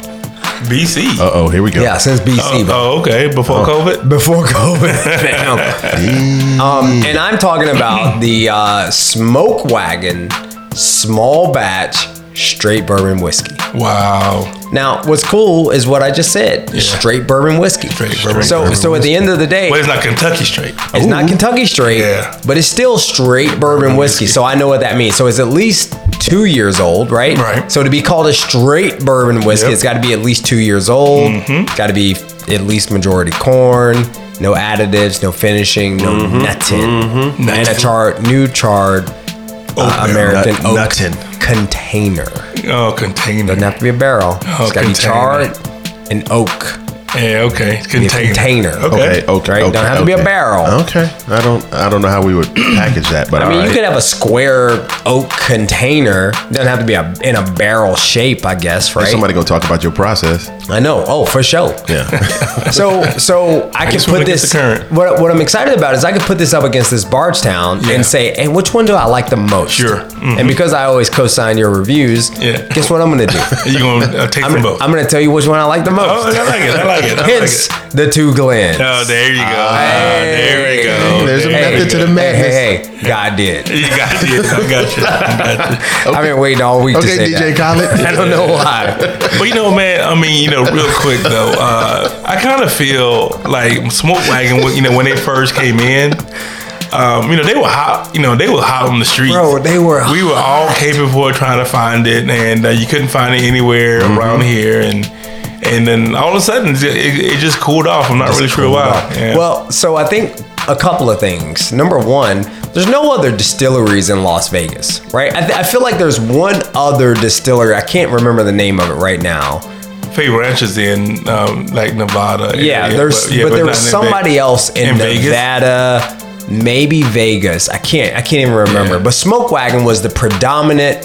S6: BC.
S4: Uh oh, here we go.
S5: Yeah, since BC.
S6: oh,
S5: bro.
S6: oh, okay. Before COVID.
S5: Before COVID, Damn. um, and I'm talking about the uh, Smoke Wagon small batch straight bourbon whiskey.
S6: Wow.
S5: Now, what's cool is what I just said: straight bourbon whiskey.
S6: Straight bourbon
S5: so,
S6: whiskey.
S5: so at the end of the day,
S6: But it's not Kentucky straight.
S5: it's not Kentucky straight,
S6: Yeah.
S5: but it's still straight bourbon whiskey. So I know what that means. So it's at least two years old, right?
S6: Right.
S5: So to be called a straight bourbon whiskey,
S6: Yep. Mm-hmm.
S5: it's got to be at least two years old. It's got to be at least majority corn, no additives, no finishing, no
S6: Mm-hmm.
S5: nothing. And a charred, new charred uh, American
S4: Nut-
S5: oak
S4: nothing.
S5: container.
S6: Oh, container.
S5: Doesn't have to be a barrel. it's got to be
S6: container.
S5: charred and oak.
S6: yeah, okay.
S5: Be a
S6: Container.
S5: container.
S4: Okay,
S6: Okay.
S4: okay.
S5: Right,
S4: okay,
S5: don't have to be a
S4: okay.
S5: barrel.
S4: Okay. I don't I don't know how we would package that, but
S5: I mean, you could
S4: have
S5: have a square oak container. Doesn't have to be a, in a barrel shape, I guess, right?
S4: somebody gonna talk about your process.
S5: I know. Oh, for sure.
S4: Yeah.
S5: So, so I, can
S6: just wanna
S5: put
S6: get
S5: this.
S6: the current.
S5: What, what I'm excited about is I could put this up against this Bargetown
S6: Yeah.
S5: and say, "Hey, which one do I like the most?"
S6: Sure. Mm-hmm.
S5: And because I always co-sign your reviews,
S6: Yeah.
S5: guess what I'm gonna do?
S6: You gonna uh, take
S5: I'm,
S6: them both?
S5: I'm gonna tell you which one I like the most.
S6: oh, I like it. I like like it. I like
S5: Hence
S6: it.
S5: the two Glens.
S6: Oh, there you go. Ah, there we
S5: Hey.
S6: go.
S4: There's a
S6: There you
S4: method to
S6: go.
S4: the madness.
S5: Hey, hey, hey, God did.
S6: You got you. I got you. I got you.
S5: I've been waiting all week to
S4: Okay,
S5: say
S4: DJ
S5: that.
S4: Khaled.
S5: I don't know why.
S6: But you know, man, I mean, you know, real quick though, uh, I kind of feel like Smoke Wagon, when- you know, when they first came in, um, you know, they were hot, you know, they were hot on the streets.
S5: Bro, they were
S6: We were all capable of trying to find it, and uh, you couldn't find it anywhere
S4: Mm-hmm.
S6: around here, and and then all of a sudden, it, it, it just cooled off. I'm not really sure why. Yeah.
S5: Well, so I think a couple of things. Number one, there's no other distilleries in Las Vegas, right? I, th- I feel like there's one other distillery. I can't remember the name of it right now.
S6: Faye Ranch is in um, like Nevada.
S5: Yeah,
S6: area,
S5: there's, but,
S6: yeah,
S5: there
S6: not
S5: was
S6: in Ve-
S5: somebody else in,
S6: in Vegas?
S5: Nevada, maybe Vegas. I can't, I can't even remember. But Smoke Wagon was the predominant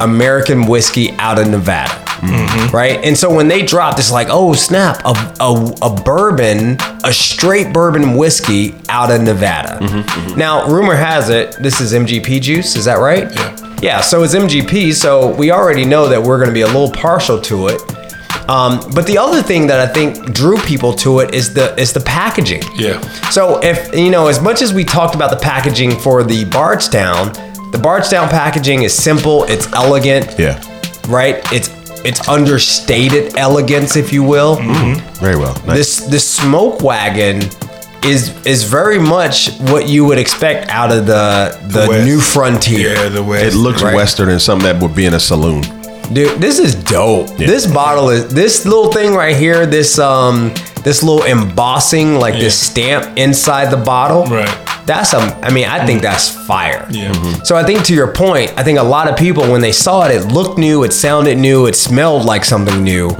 S5: American whiskey out of Nevada, right? And so when they dropped, it's like, oh snap, a, a, a bourbon, a straight bourbon whiskey out of Nevada. Now, rumor has it this is MGP juice. Is that right?
S6: Yeah.
S5: Yeah, so it's MGP, so we already know that we're going to be a little partial to it. Um, but the other thing that I think drew people to it is the is the packaging.
S6: Yeah.
S5: So if you know, as much as we talked about the packaging for the Bardstown, the Bardstown packaging is simple, it's elegant,
S4: Yeah,
S5: right? It's it's understated elegance, if you will.
S4: very well. Mm-hmm. Nice.
S5: This this smoke wagon is is very much what you would expect out of the the,
S6: West.
S5: new frontier.
S6: Yeah, the way
S4: it looks
S5: Right.
S4: Western and something that would be in a saloon.
S5: Dude, this is dope.
S4: Yeah.
S5: This bottle is this little thing right here, this um this little embossing, like this stamp inside the bottle.
S6: Right.
S5: That's a I mean, I think that's fire.
S6: Yeah.
S4: Mm-hmm.
S6: Mhm.
S5: So I think to your point, I think a lot of people when they saw it, it looked new, it sounded new, it smelled like something new.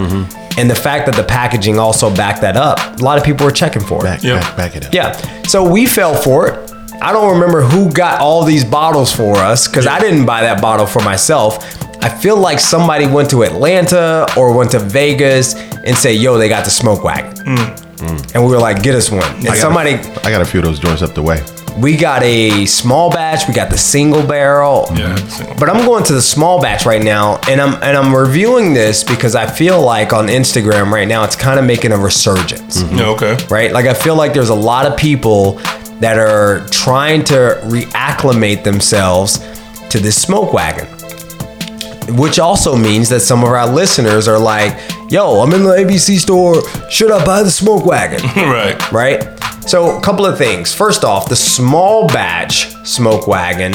S5: And the fact that the packaging also backed that up, a lot of people were checking for it.
S4: Back,
S6: Yeah.
S4: back, back it up.
S5: Yeah. So we fell for it. I don't remember who got all these bottles for us because I didn't buy that bottle for myself. I feel like somebody went to Atlanta or went to Vegas and said, yo, they got the smoke wagon. And we were like, get us one.
S4: Mm.
S5: And
S4: I got a-
S5: somebody,
S4: I got a few of those joints up the way.
S5: we got a small batch, we got the single barrel.
S6: Yeah.
S5: But I'm going to the small batch right now, and I'm and I'm reviewing this because I feel like on Instagram right now it's kind of making a resurgence
S4: Mm-hmm.
S6: Yeah, okay.
S5: right? Like I feel like there's a lot of people that are trying to reacclimate themselves to this smoke wagon. Which also means that some of our listeners are like, yo, I'm in the ABC store. Should I buy the smoke wagon?
S6: Right.
S5: right? So, a couple of things. First off, the small batch smoke wagon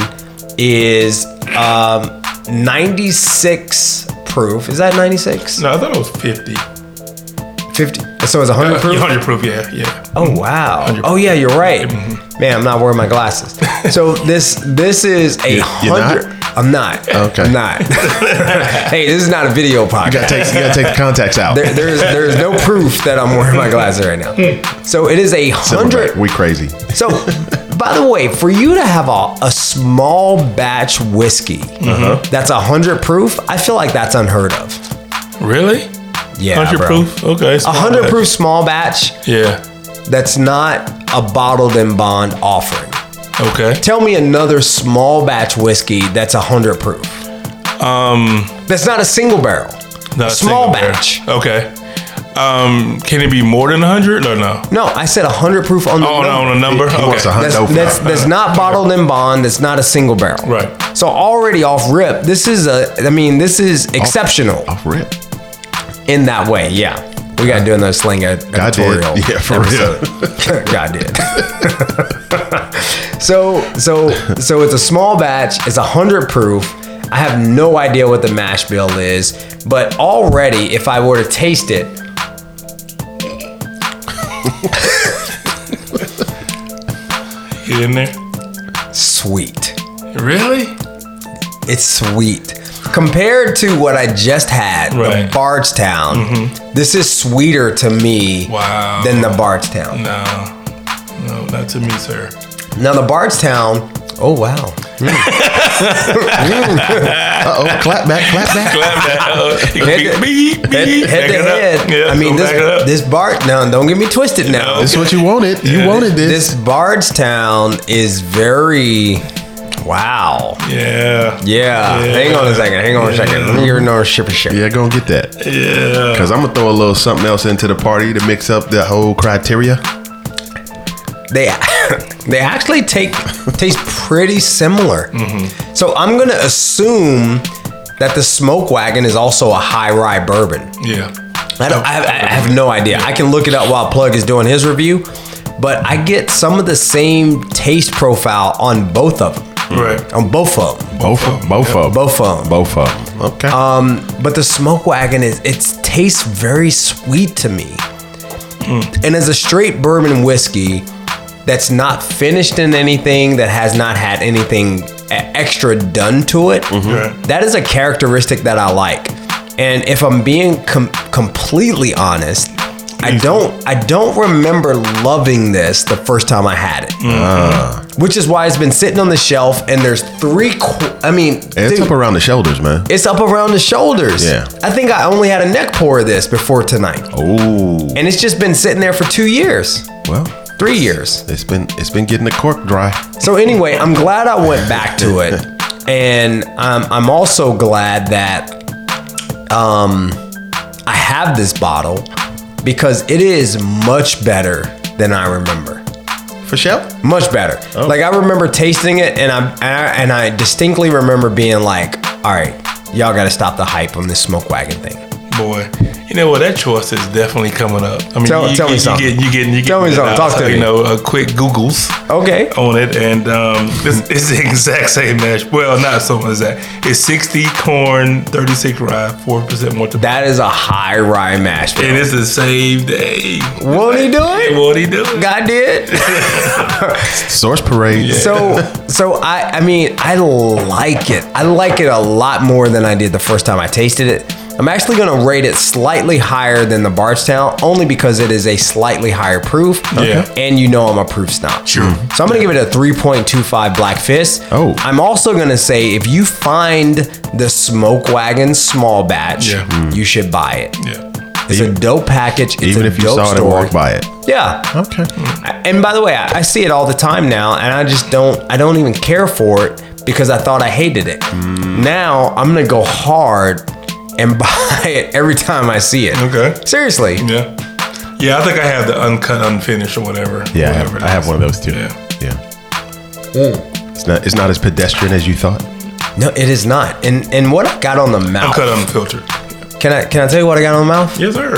S5: is um, 96 proof. Is that 96?
S6: No, I thought it was 50.
S5: 50. So, it's 100 proof?
S6: 100 proof, yeah, yeah.
S5: Oh wow!
S6: 100%.
S5: Oh yeah, you're right. Man, I'm not wearing my glasses. So this this is a
S4: You- you're not?
S5: hundred. I'm not.
S4: Okay.
S5: I'm not. hey, this is not a video podcast.
S4: You gotta take, you gotta take the contacts out.
S5: there, there's there's no proof that I'm wearing my glasses right now. So it is a hundred.
S4: Silverback, We crazy.
S5: So, by the way, for you to have a, a small batch whiskey
S4: Uh-huh.
S5: that's a hundred proof, I feel like that's unheard of.
S6: Really?
S5: Yeah,
S6: 100
S5: bro.
S6: proof? Okay.
S5: A hundred proof small batch.
S6: Yeah.
S5: That's not a bottled and bond offering.
S6: Okay.
S5: Tell me another small batch whiskey that's 100 proof.
S6: Um,
S5: That's not a single barrel.
S6: no,
S5: Small
S6: single barrel.
S5: batch.
S6: Okay. Um, can it be more than 100 or no?
S5: No, I said 100 proof on the
S6: Oh,
S5: number.
S6: no, on a number?
S4: He
S6: okay.
S4: wants a
S5: That's,
S4: hundo. for
S5: that's,
S4: that.
S5: that's not bottled in bond. That's not a single barrel.
S6: Right.
S5: So already off rip, this is a, I mean, this is exceptional
S4: off rip.
S5: in that way. Yeah. We got to do another sling ed-
S4: God did.
S5: editorial.
S4: Yeah, for real.
S5: episode. God did. so, so, so it's a small batch. It's a hundred proof. I have no idea what the mash bill is, but already, if I were to taste it,
S6: Get in there.
S5: sweet.
S6: Really?
S5: It's sweet. Compared to what I just had,
S6: Right. Mm-hmm.
S5: the Bardstown, this is sweeter to me
S6: Wow.
S5: than the Bardstown.
S6: No. No, not to me, sir.
S5: Now, the Bardstown, oh wow.
S4: Uh oh, clap back, clap back.
S6: Clap that. Beep,
S5: Head to-
S6: beep,
S5: Head,
S6: beep.
S5: head
S6: Back
S5: to
S6: it
S5: head.
S6: up. Yeah,
S5: I mean,
S6: go
S5: this,
S6: back it up.
S5: this Bard, now don't get me twisted now.
S4: This is what you wanted. You wanted this.
S5: This Bardstown is very Wow.
S6: Yeah.
S5: Yeah. Hang on a second. Hang on a second. Let me get another shipper ship.
S4: Yeah, go and get that.
S6: Yeah.
S4: Because I'm going to throw a little something else into the party to mix up the whole criteria.
S5: They they actually take taste pretty similar. So I'm gonna assume that the smoke wagon is also a high rye bourbon.
S6: Yeah.
S5: I, don't, I, I I have no idea. I can look it up while Plug is doing his review, but I get some of the same taste profile on both of them.
S6: Right.
S5: On both of them.
S4: Both of them. Both of them.
S5: Both of them.
S4: Both of Um, them. Okay.
S5: But the smoke wagon is it tastes very sweet to me. And as a straight bourbon whiskey that's not finished in anything, that has not had anything e- extra done to it,
S6: Right.
S5: Oh, that is a characteristic that I like. And if I'm being com- completely honest, I don't I don't remember loving this the first time I had it. Which is why it's been sitting on the shelf and there's three qu- I mean
S4: it's
S5: dude,
S4: up around the shoulders, man.
S5: it's up around the shoulders.
S4: Yeah.
S5: I think I only had a neck pour of this before tonight.
S4: Oh.
S5: And it's just been sitting there for two years,
S4: Well,
S5: three years.
S4: it's been it's been getting the cork dry.
S5: So, anyway, I'm glad I went back to it. And um, I'm also glad that um, I have this bottle because it is much better than I remember.
S4: For sure.
S5: much better.
S4: Oh.
S5: Like I remember tasting it, and I and I- and I distinctly remember being like, "All right, y'all got to stop the hype on this smoke wagon thing."
S6: Boy, you know what? That choice is definitely coming up. I mean,
S5: Tell-
S6: you,
S5: tell me
S6: you,
S5: something.
S6: You get, you get, you get uh,
S5: Tell me something. Talk to
S6: you
S5: me. Oh.
S6: know, a quick Google's
S5: Okay.
S6: on it, and um, this it's the exact same mash. Well, not so much as that. It's sixty corn, thirty six rye, four percent more tobacco.
S5: That is a high rye mash.
S6: And it's the same day.
S5: Won't he do it?
S6: What he do?
S5: God did.
S4: Source parade.
S5: So so I I mean I like it. I like it a lot more than I did the first time I tasted it. I'm actually gonna rate it slightly higher than the Bardstown only because it is a slightly higher proof.
S6: Yeah.
S5: And you know I'm a proof snob. Sure. So I'm gonna give it a 3.25 Black Fist.
S4: Oh.
S5: I'm also gonna say if you find the Smoke Wagon small batch,
S6: Yeah. Mm.
S5: you should buy it.
S6: Yeah.
S5: It's a dope package. It's
S4: Even
S5: a
S4: if you
S5: dope
S4: saw it and
S5: story.
S4: walked by it.
S5: Yeah.
S4: Okay.
S5: And by the way, I, I see it all the time now, and I just don't. I don't even care for it because I thought I hated it. Now I'm gonna go hard and buy it every time I see it.
S6: Okay.
S5: Seriously.
S6: Yeah. Yeah, I think I have the uncut, unfinished, or whatever.
S4: Yeah, I
S6: Whatever
S4: have,
S6: it
S4: I have
S6: is.
S4: one of those too.
S6: Yeah.
S5: Mm.
S4: It's not it's not as pedestrian as you thought.
S5: No, it is not. And and what I got on the mouth.
S6: Uncut, unfiltered.
S5: Can I can I tell you what I got on the mouth?
S6: Yes, sir.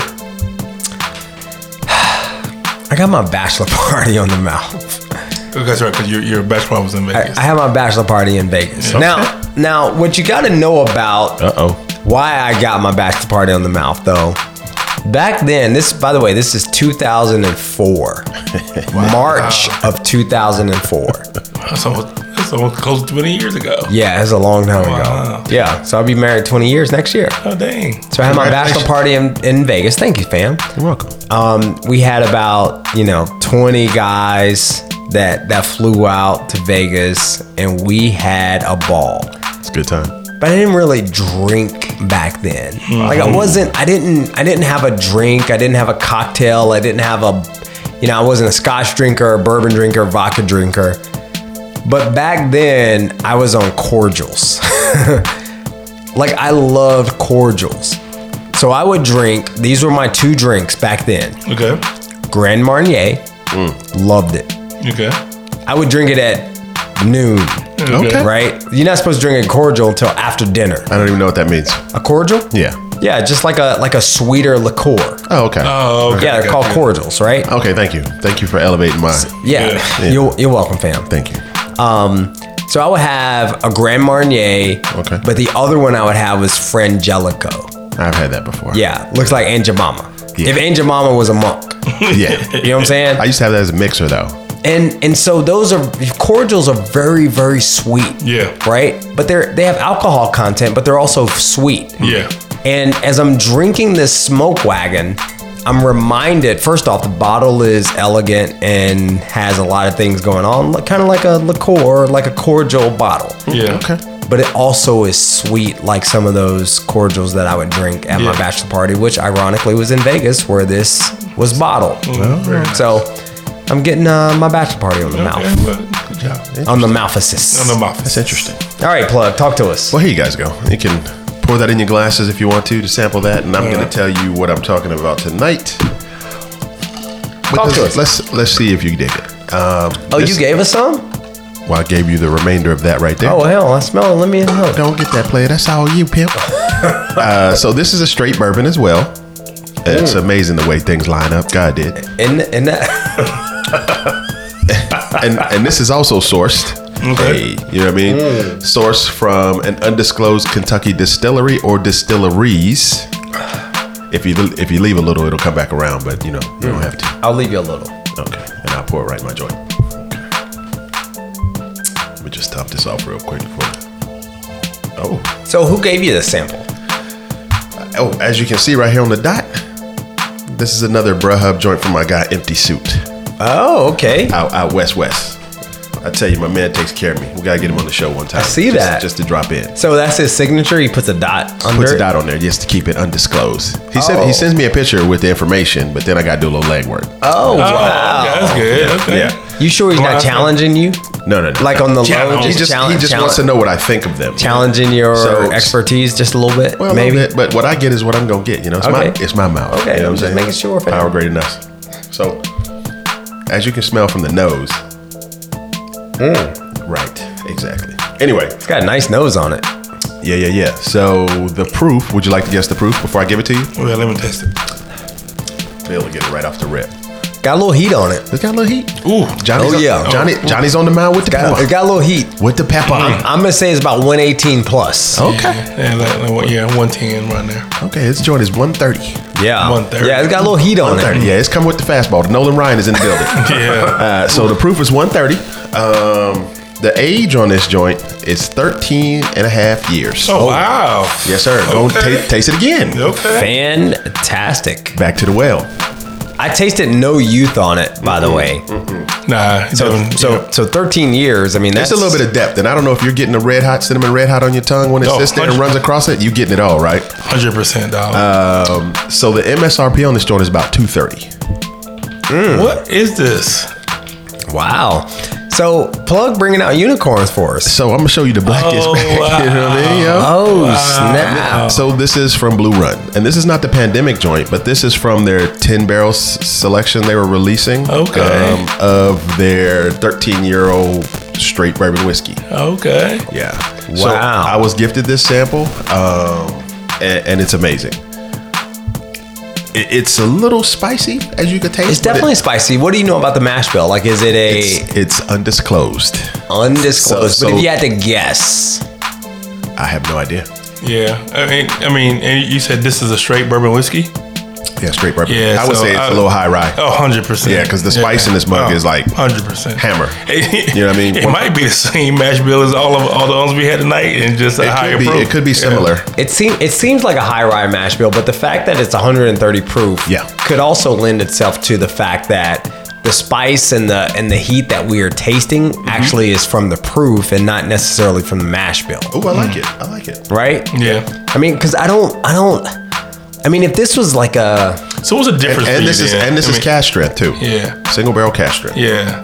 S5: I got my bachelor party on the mouth.
S6: That's right, because your, your bachelor was in
S5: I,
S6: Vegas.
S5: I have my bachelor party in Vegas.
S4: Okay.
S5: Now now what you got to know about
S4: Uh oh.
S5: why I got my bachelor party on the mouth though. Back then, this by the way, this is 2004, March of 2004.
S6: that's, almost, that's almost close to 20 years ago.
S5: Yeah, it's a long time
S6: Wow.
S5: ago. Yeah, so I'll be married 20 years next year.
S6: Oh, dang.
S5: So I had my bachelor party in, in Vegas. Thank you, fam.
S4: You're welcome.
S5: Um, we had about you know 20 guys that that flew out to Vegas, and we had a ball.
S4: It's a good time.
S5: but I didn't really drink back then. Like I wasn't, I didn't, I didn't have a drink. I didn't have a cocktail. I didn't have a, you know, I wasn't a Scotch drinker, a bourbon drinker, vodka drinker. But back then, I was on cordials. like I loved cordials. So I would drink. These were my two drinks back then.
S6: Okay.
S5: Grand Marnier, loved it.
S6: Okay.
S5: I would drink it at noon,
S4: Okay.
S5: right? You're not supposed to drink a cordial until after dinner.
S4: I don't even know what that means.
S5: A cordial?
S4: Yeah.
S5: Yeah, just like a like a sweeter liqueur.
S4: Oh, okay.
S6: Oh, okay.
S5: yeah, they're
S6: okay,
S5: called
S6: okay.
S5: cordials, right?
S4: okay, thank you. Thank you for elevating my
S5: Yeah.
S6: Yeah.
S4: Oh, Yeah.
S5: You're, you're welcome, fam.
S4: thank you.
S5: Um, so I would have a Grand Marnier.
S4: Okay.
S5: But the other one I would have was Frangelico.
S4: I've had that before.
S5: Yeah, looks like Angel Mama.
S4: Yeah.
S5: If Angel Mama was a monk,
S4: Yeah.
S5: you know what I'm saying?
S4: I used to have that as a mixer though.
S5: and and so those are cordials are very very sweet.
S6: Yeah.
S5: Right, but they're they have alcohol content, but they're also sweet.
S6: Yeah.
S5: And as I'm drinking this smoke wagon, I'm reminded first off, the bottle is elegant and has a lot of things going on, like, kind of like a liqueur, like a cordial bottle.
S6: Yeah.
S5: But it also is sweet, like some of those cordials that I would drink at my
S6: Yeah.
S5: bachelor party, which ironically was in Vegas where this was bottled.
S6: Well, Oh, very nice.
S5: So I'm getting uh, my bachelor party on the
S6: Okay,
S5: mouth.
S6: well, good
S4: Yeah.
S5: on the Malphasis.
S6: On the muffins.
S4: That's interesting.
S5: All right, plug. Talk to us.
S4: Well, here you guys go. You can pour that in your glasses if you want to to sample that, and I'm going to tell you what I'm talking about tonight. But
S5: Talk to
S4: let's-
S5: us.
S4: Let's let's see if you dig it. Um,
S5: Oh,
S4: this-
S5: you gave us some?
S4: Well, I gave you the remainder of that right there.
S5: Oh hell, I smell it. Let me know.
S4: Don't get that player. That's all you, pimp. uh, so this is a straight bourbon as well. It's
S5: Mm.
S4: amazing the way things line up. God did,
S5: In in that.
S4: and and this is also sourced.
S6: Okay.
S4: Hey, you know what I mean? Sourced from an undisclosed Kentucky distillery or distilleries. If you if you leave a little, it'll come back around, but you know you don't have to.
S5: I'll leave you a little.
S4: Okay, and I'll pour it right in my joint. Let me just top this off real quick before. Oh.
S5: So who gave you this sample?
S4: Oh, as you can see right here on the dot, this is another Bruh Hub joint from my guy Empty Suit
S5: Oh, okay.
S4: out, out west west. I tell you, my man takes care of me. We gotta get him on the show one time. I
S5: see that.
S4: just to drop in.
S5: So that's his signature. He puts a dot under.
S4: Puts a
S5: it?
S4: dot on there just to keep it undisclosed. He said
S5: Oh.
S4: he sends me a picture with the information, but then I gotta do a little legwork.
S5: Oh,
S6: Oh,
S5: wow.
S6: yeah, that's good. okay.
S4: yeah.
S5: You sure he's
S6: Wow.
S5: not challenging you?
S4: No, no, no.
S5: Like on the low,
S6: Challenge.
S5: just,
S4: he just
S5: challenge,
S4: he just
S5: challenge,
S4: wants to know what I think of them.
S5: challenging your
S4: So-
S5: expertise just a little bit,
S4: Well,
S5: maybe.
S4: maybe, but what I get is what I'm gonna get. You know, it's my
S5: Okay.
S4: it's my mouth.
S5: Okay,
S4: you know
S5: I'm just making sure, fam.
S4: Power greater than us. So, as you can smell from the nose,
S5: Hmm.
S4: right? Exactly. Anyway,
S5: It's got a nice nose on it.
S4: yeah, yeah, yeah. So the proof. Would you like to guess the proof before I give it to you?
S6: Well, let me test it.
S4: Be able to get it right off the rip.
S5: Got a little heat on it.
S4: It's got a little heat.
S6: Ooh,
S4: Johnny's
S5: Oh,
S4: on-
S5: yeah.
S4: Johnny, Johnny's on the mound with the
S5: Got,
S4: pepper.
S5: It got a little heat.
S4: with the pepper.
S5: I'm gonna say it's about 118 plus.
S4: Okay.
S6: Yeah, like, like, what- yeah, one ten right there.
S4: Okay. This joint is 130.
S5: Yeah,
S6: 130.
S5: yeah, it's got a little heat on it.
S4: 130. Yeah, it's come with the fastball. Nolan Ryan is in the building.
S6: Yeah,
S4: Uh, so the proof is 130. Um, the age on this joint is 13 and a half years.
S6: Oh, wow.
S4: Yes, sir. Go
S6: Okay.
S4: ta- taste it again.
S6: Okay.
S5: Fantastic.
S4: Back to the well.
S5: I tasted no youth on it, by
S4: Mm-hmm.
S5: the way.
S6: Nah. So,
S5: So, so 13 years. I mean, that's
S4: That's Mm-hmm. a little bit of depth, and I don't know if you're getting a red hot cinnamon red hot on your tongue when it
S6: Oh,
S4: sits there and
S6: 100.
S4: runs across it. You getting it all right. Um,
S6: hundred percent
S4: uh,
S6: dollar.
S4: So the MSRP on this joint is about 230.
S6: what is this?
S5: wow. So, plug bringing out unicorns for us.
S4: So I'm gonna show you the blackest.
S6: Oh,
S4: you know what I mean? yo?
S5: Oh snap!
S4: So this is from Blue Run, and this is not the pandemic joint, but this is from their ten barrel s- selection they were releasing. um,
S6: Okay.
S4: of their thirteen year old straight bourbon whiskey.
S6: Okay.
S4: Yeah.
S5: Wow.
S4: I was gifted this sample, um, and, and it's amazing. It, it's a little spicy, as you could taste.
S5: It's
S4: but it-
S5: definitely spicy. What do you know about the mash bill? Like, is it a
S4: it's, it's undisclosed.
S5: undisclosed?
S4: so-
S5: but if you had to guess,
S4: I have no idea.
S6: Yeah. I mean, I mean, and you said this is a straight bourbon whiskey.
S4: Yeah, straight bourbon.
S6: Yeah,
S4: I would
S6: so
S4: say it's
S6: I-
S4: a little high rye.
S6: Oh, 100 percent.
S4: Yeah, 'cause the spice in this mug is like
S6: hundred percent
S4: hammer. You know what I mean?
S6: It might be the same mash bill as all of all the ones we had tonight, and just a
S4: It
S6: higher
S4: could, be,
S6: proof.
S4: it could be
S6: Yeah.
S4: similar.
S5: it seems it seems like a high rye mash bill. But the fact that it's 130 proof,
S4: Yeah.
S5: could also lend itself to the fact that the spice and the and the heat that we are tasting
S4: Mm-hmm.
S5: actually is from the proof and not necessarily from the mash bill,
S4: Oh, I
S6: Mm.
S4: like it. I like it.
S5: right?
S6: Yeah.
S5: I mean, because I don't, I don't. I mean, if this was like a
S6: So what's the difference? for
S4: And
S6: you
S4: this is
S6: then?
S4: and this
S6: I
S4: is
S6: mean-
S4: cash strength too.
S6: Yeah.
S4: Single barrel cash strength.
S6: Yeah.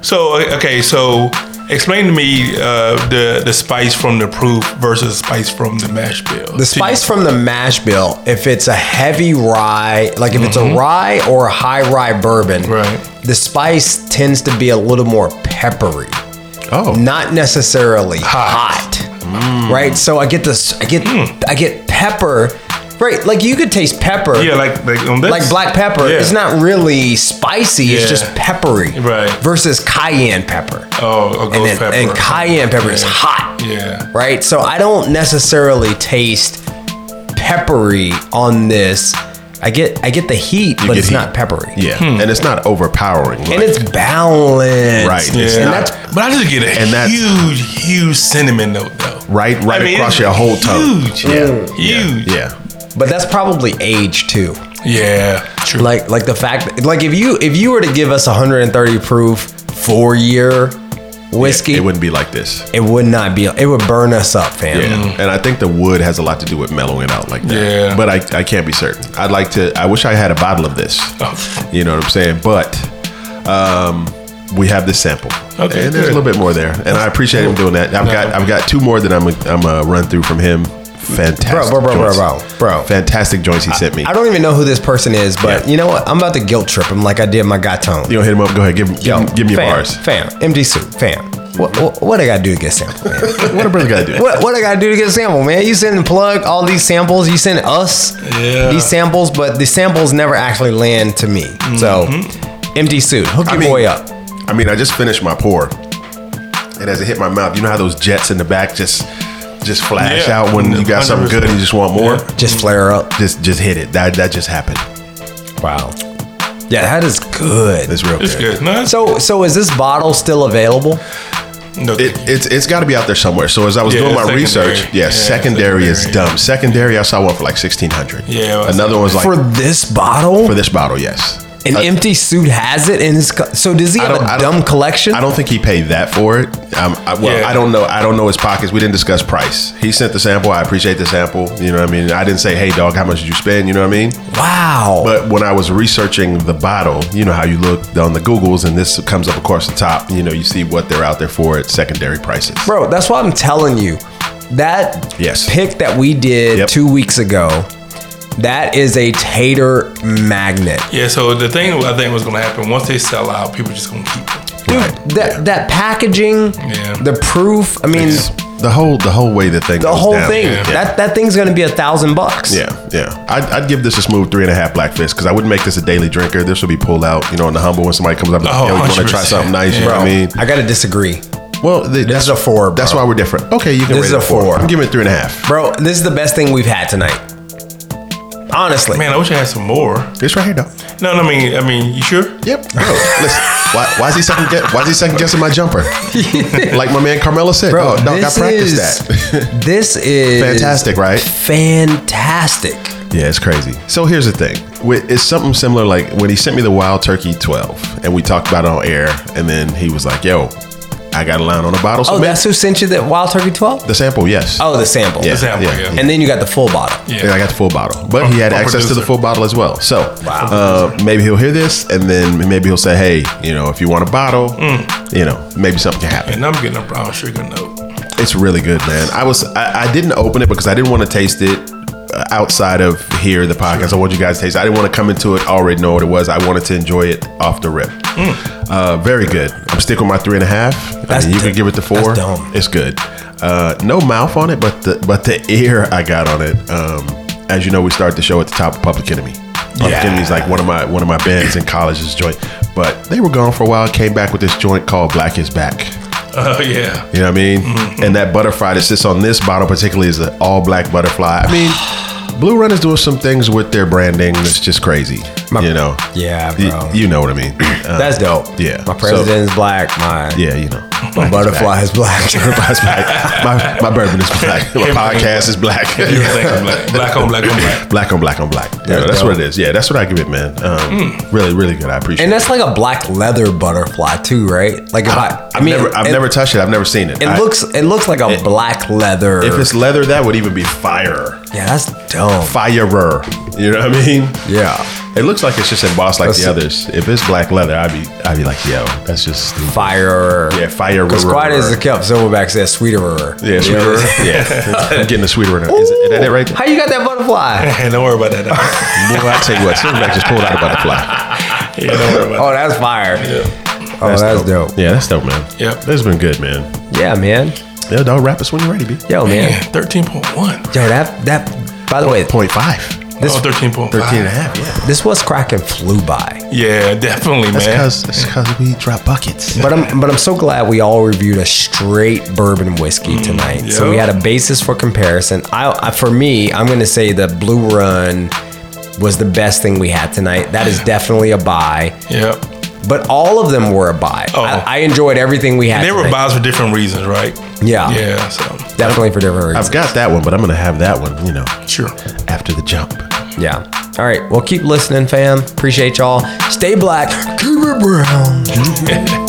S6: So o- okay, so explain to me uh, the the spice from the proof versus spice from the mash bill.
S5: The spice from the mash bill, if it's a heavy rye, like if it's a rye or a high rye bourbon,
S6: Mm-hmm. Right.
S5: the spice tends to be a little more peppery,
S4: Oh.
S5: not necessarily hot.
S6: Mm.
S5: Right? So I get this I get I get pepper. Right, like you could taste pepper.
S6: Yeah, like like on this.
S5: like black pepper,
S6: Yeah.
S5: it's not really spicy. It's
S6: Yeah.
S5: just peppery,
S6: Right.
S5: Versus cayenne pepper,
S6: Oh, a
S5: and,
S6: ghost
S5: then,
S6: pepper.
S5: and cayenne pepper is
S6: Yeah.
S5: hot
S6: Yeah.
S5: right? So I don't necessarily taste peppery on this. I get I get the heat, but
S4: get
S5: it's
S4: heat.
S5: not peppery.
S4: Yeah.
S6: Hmm.
S4: And it's not overpowering. like-
S5: And it's balanced.
S4: Right.
S5: And
S4: It's
S6: Yeah.
S4: not-
S5: that's
S6: But I just get a
S4: And that's-
S6: huge, huge cinnamon note though.
S4: right right
S6: I mean,
S4: across
S6: it's
S4: your whole tongue.
S6: Huge. Yeah. Huge.
S4: Yeah.
S5: but that's probably age too.
S6: Yeah. True.
S5: Like like the fact like if you if you were to give us 130 proof four year whiskey,
S4: It wouldn't be like this.
S5: it would not be it would burn us up, fam.
S4: Yeah. And I think the wood has a lot to do with mellowing out like that.
S6: Yeah.
S4: But I, I can't be certain. I'd like to I wish I had a bottle of this.
S6: Oh.
S4: You know what I'm saying? But um we have this sample.
S6: Okay,
S4: and there's a
S6: good.
S4: little bit more there, and I appreciate him doing that. I've got I've got two more that I'm I'm uh, run through from him. Fantastic,
S5: Bro, bro, bro, bro,
S4: joints.
S5: bro, bro.
S4: Fantastic joints he sent me.
S5: I don't even know who this person is, but
S4: Yeah.
S5: you know what? I'm about to guilt trip him like I did my Gatone.
S4: you don't hit him up. Go ahead, give him give,
S5: Yo,
S4: him, give me
S5: fam,
S4: bars.
S5: Fam, MD suit, fam. What, what, what I gotta do to get sample, man?
S4: What a brother gotta do.
S5: What, what I gotta do to get a sample, man? You send the plug all these samples, you send us
S6: Yeah.
S5: these samples, but the samples never actually land to me. So, MD suit, hook your boy up.
S4: I mean, I just finished my pour, and as it hit my mouth, you know how those jets in the back just just flash
S6: Yeah.
S4: out when you got something good and you just want more.
S5: Just flare up.
S4: Just just hit it. That that just happened.
S5: Wow. Yeah, that is good.
S4: It's real
S6: It's
S4: good.
S6: good. No, it's,
S5: So, so is this bottle still available?
S6: no,
S4: It, it's it's got to be out there somewhere. So as I was
S6: Yeah,
S4: doing my
S6: secondary.
S4: research, yeah,
S6: Yeah,
S4: secondary, is
S6: secondary.
S4: dumb. Secondary, I saw one for like sixteen hundred.
S6: Yeah, well,
S4: another one's like
S5: For
S4: for,
S5: this bottle?
S4: this bottle. Yes,
S5: An
S4: Uh,
S5: empty suit has it in his. Co- so does he have
S4: don't- I
S5: a
S4: don't-
S5: dumb collection?
S4: I don't think he paid that for it. Um, I, well,
S6: Yeah.
S4: I don't know. I don't know his pockets. We didn't discuss price. He sent the sample. I appreciate the sample. You know what I mean. I didn't say, "Hey, dog, how much did you spend?" You know what I mean.
S5: Wow.
S4: But when I was researching the bottle, you know how you look on the Googles, and this comes up across the top. You know, you see what they're out there for at secondary prices.
S5: Bro, that's what I'm telling you. That
S4: Yes.
S5: pick that we did
S4: Yep.
S5: two weeks ago, that is a tater magnet.
S6: yeah. So the thing I think was going to happen once they sell out, people just going to keep it.
S5: Dude, that that packaging,
S6: Yeah.
S5: the proof, I mean
S4: The whole the whole way the thing
S5: the
S4: goes
S5: whole
S4: down.
S5: thing.
S4: Yeah.
S5: That that thing's gonna be a thousand bucks.
S4: Yeah, yeah. I'd, I'd give this a smooth three and a half black fist because I wouldn't make this a daily drinker. This would be pulled out, you know, on the humble when somebody comes up. Like, Yo,
S6: Oh,
S4: you want to try
S6: 100%.
S4: something nice? You know what I mean?
S5: I gotta disagree.
S4: Well, th-
S5: This is a four, bro.
S4: That's why we're different. Okay, you can rate
S5: This is
S4: it
S5: a four.
S4: I'm giving it three and a half.
S5: Bro, this is the best thing we've had tonight. Honestly.
S6: Man, I wish I had some more.
S4: This right here, though.
S6: No, no, I mean, I mean, you sure?
S4: Yep. Bro, listen. Why, why is he second? Guess, why is he second guessing my jumper? like my man Carmelo said,
S5: Bro,
S4: bro. Oh, dog, I
S5: this
S4: practiced
S5: is-
S4: that.
S5: This is
S4: Fantastic, right?
S5: Fantastic.
S4: Yeah, it's crazy. So here's the thing. Wi- It's something similar like when he sent me the Wild Turkey 12 and we talked about it on air and then he was like, "Yo, I got a line on a bottle." So
S5: Oh,
S4: ma-
S5: that's who sent you the Wild Turkey 12?
S4: the sample, yes.
S5: Oh, the sample.
S4: yeah,
S6: sample,
S4: yeah.
S6: yeah.
S4: yeah.
S5: And then you got the full bottle.
S4: And I got the full bottle, but he had
S6: From
S4: access to the
S6: producer.
S4: full bottle as well. So uh, maybe he'll hear this, and then maybe he'll say, "Hey, you know, if you want a bottle,
S6: Mm.
S4: you know, maybe something can happen."
S6: And I'm getting a brown sugar note.
S4: It's really good, man. I was I, I didn't open it because I didn't want to taste it uh, outside of here the podcast. I want you guys to taste. It. I didn't want to come into it already know what it was. I wanted to enjoy it off the rip. Uh, very good. I'm sticking with my three and a half. I
S5: Mm. That's
S4: mean, you
S5: d-
S4: can give it the
S5: that's
S4: four.
S5: dumb.
S4: It's good. Uh, no mouth on it, but the but the ear I got on it. Um, as you know, we started the show at the top of Public Enemy. Public
S5: Yeah.
S4: Enemy's like one of my one of my bands in college's joint, but they were gone for a while. Came back with this joint called Black Is Back.
S6: Oh, yeah.
S4: You know what I mean?
S5: Mm-hmm,
S4: And that butterfly that sits on this bottle, particularly, is an all black butterfly. I mean, Blue Run is doing some things with their branding that's just crazy. you know?
S5: Yeah,
S4: Y-
S5: bro.
S4: you know what I mean? Uh,
S5: That's dope.
S4: yeah.
S5: My president is black. My,
S4: yeah, you know.
S5: my butterfly is black.
S4: Butterfly's black. My, my bourbon is black. My podcast is black.
S6: Everything black. Black on black on black.
S4: black on black on black. Yeah,
S5: That's
S4: that's what
S5: dope. Hmm.
S4: it is. Yeah, that's what I give it, man. Um, Really, really good. I appreciate
S5: and
S4: it.
S5: that's like a black leather butterfly too, right? Like if I, I
S4: I've
S5: mean,
S4: never, I've
S5: it,
S4: never touched it. I've never seen it.
S5: It
S4: I-
S5: looks, it looks like a black leather.
S4: if it's leather, that would even be fire.
S5: yeah, that's dumb.
S4: Firer. You know what I mean?
S5: Yeah,
S4: It looks like it's just embossed like
S5: That's-
S4: the others. If it's black leather, I'd be I'd be like, yo, that's just stupid.
S5: fire.
S4: yeah, fire.
S5: Because
S4: rubber,
S5: quite as the
S4: rubber.
S5: cup Silverback says, sweeter.
S4: yeah, sweeter. yeah, I'm getting a sweeter. Is, it- is that it right there?
S5: How you got that butterfly?
S6: Hey, don't worry about that.
S4: Boy, I tell you what, Silverback just pulled out a butterfly.
S6: Yeah, don't worry
S5: Oh,
S6: about
S5: that's fire.
S6: that.
S5: Oh, that's, dope.
S4: Yeah, that's dope, man.
S6: Yep.
S4: that's been good, man.
S5: Yeah, man.
S4: Yeah, dog, wrap us when you're ready, b.
S5: Yo,
S6: Yeah.
S5: man.
S6: Man, 13.1.
S5: Yo, that that. By the way,
S4: Point five.
S5: This-
S6: oh, 13.5.
S4: 13 and a half, yeah.
S5: this was cracking flew by.
S6: Yeah, definitely,
S4: That's
S6: man.
S4: cause that's cause we drop buckets.
S5: But I'm but I'm so glad we all reviewed a straight bourbon whiskey tonight. So we
S6: Mm, yeah.
S5: had a basis for comparison. I, I for me, I'm gonna say the Blue Run was the best thing we had tonight. That is definitely a buy.
S6: Yep.
S5: But all of them were a buy.
S6: Oh.
S5: I, I enjoyed everything we had.
S6: They were
S5: tonight.
S6: buys for different reasons, right?
S5: Yeah.
S6: Yeah, so.
S5: Definitely for different reasons.
S4: I've got that one, but I'm gonna have that one, you know,
S6: Sure.
S4: after the jump.
S5: Yeah. All right. Well, keep listening, fam. Appreciate y'all. Stay black. Keep it brown.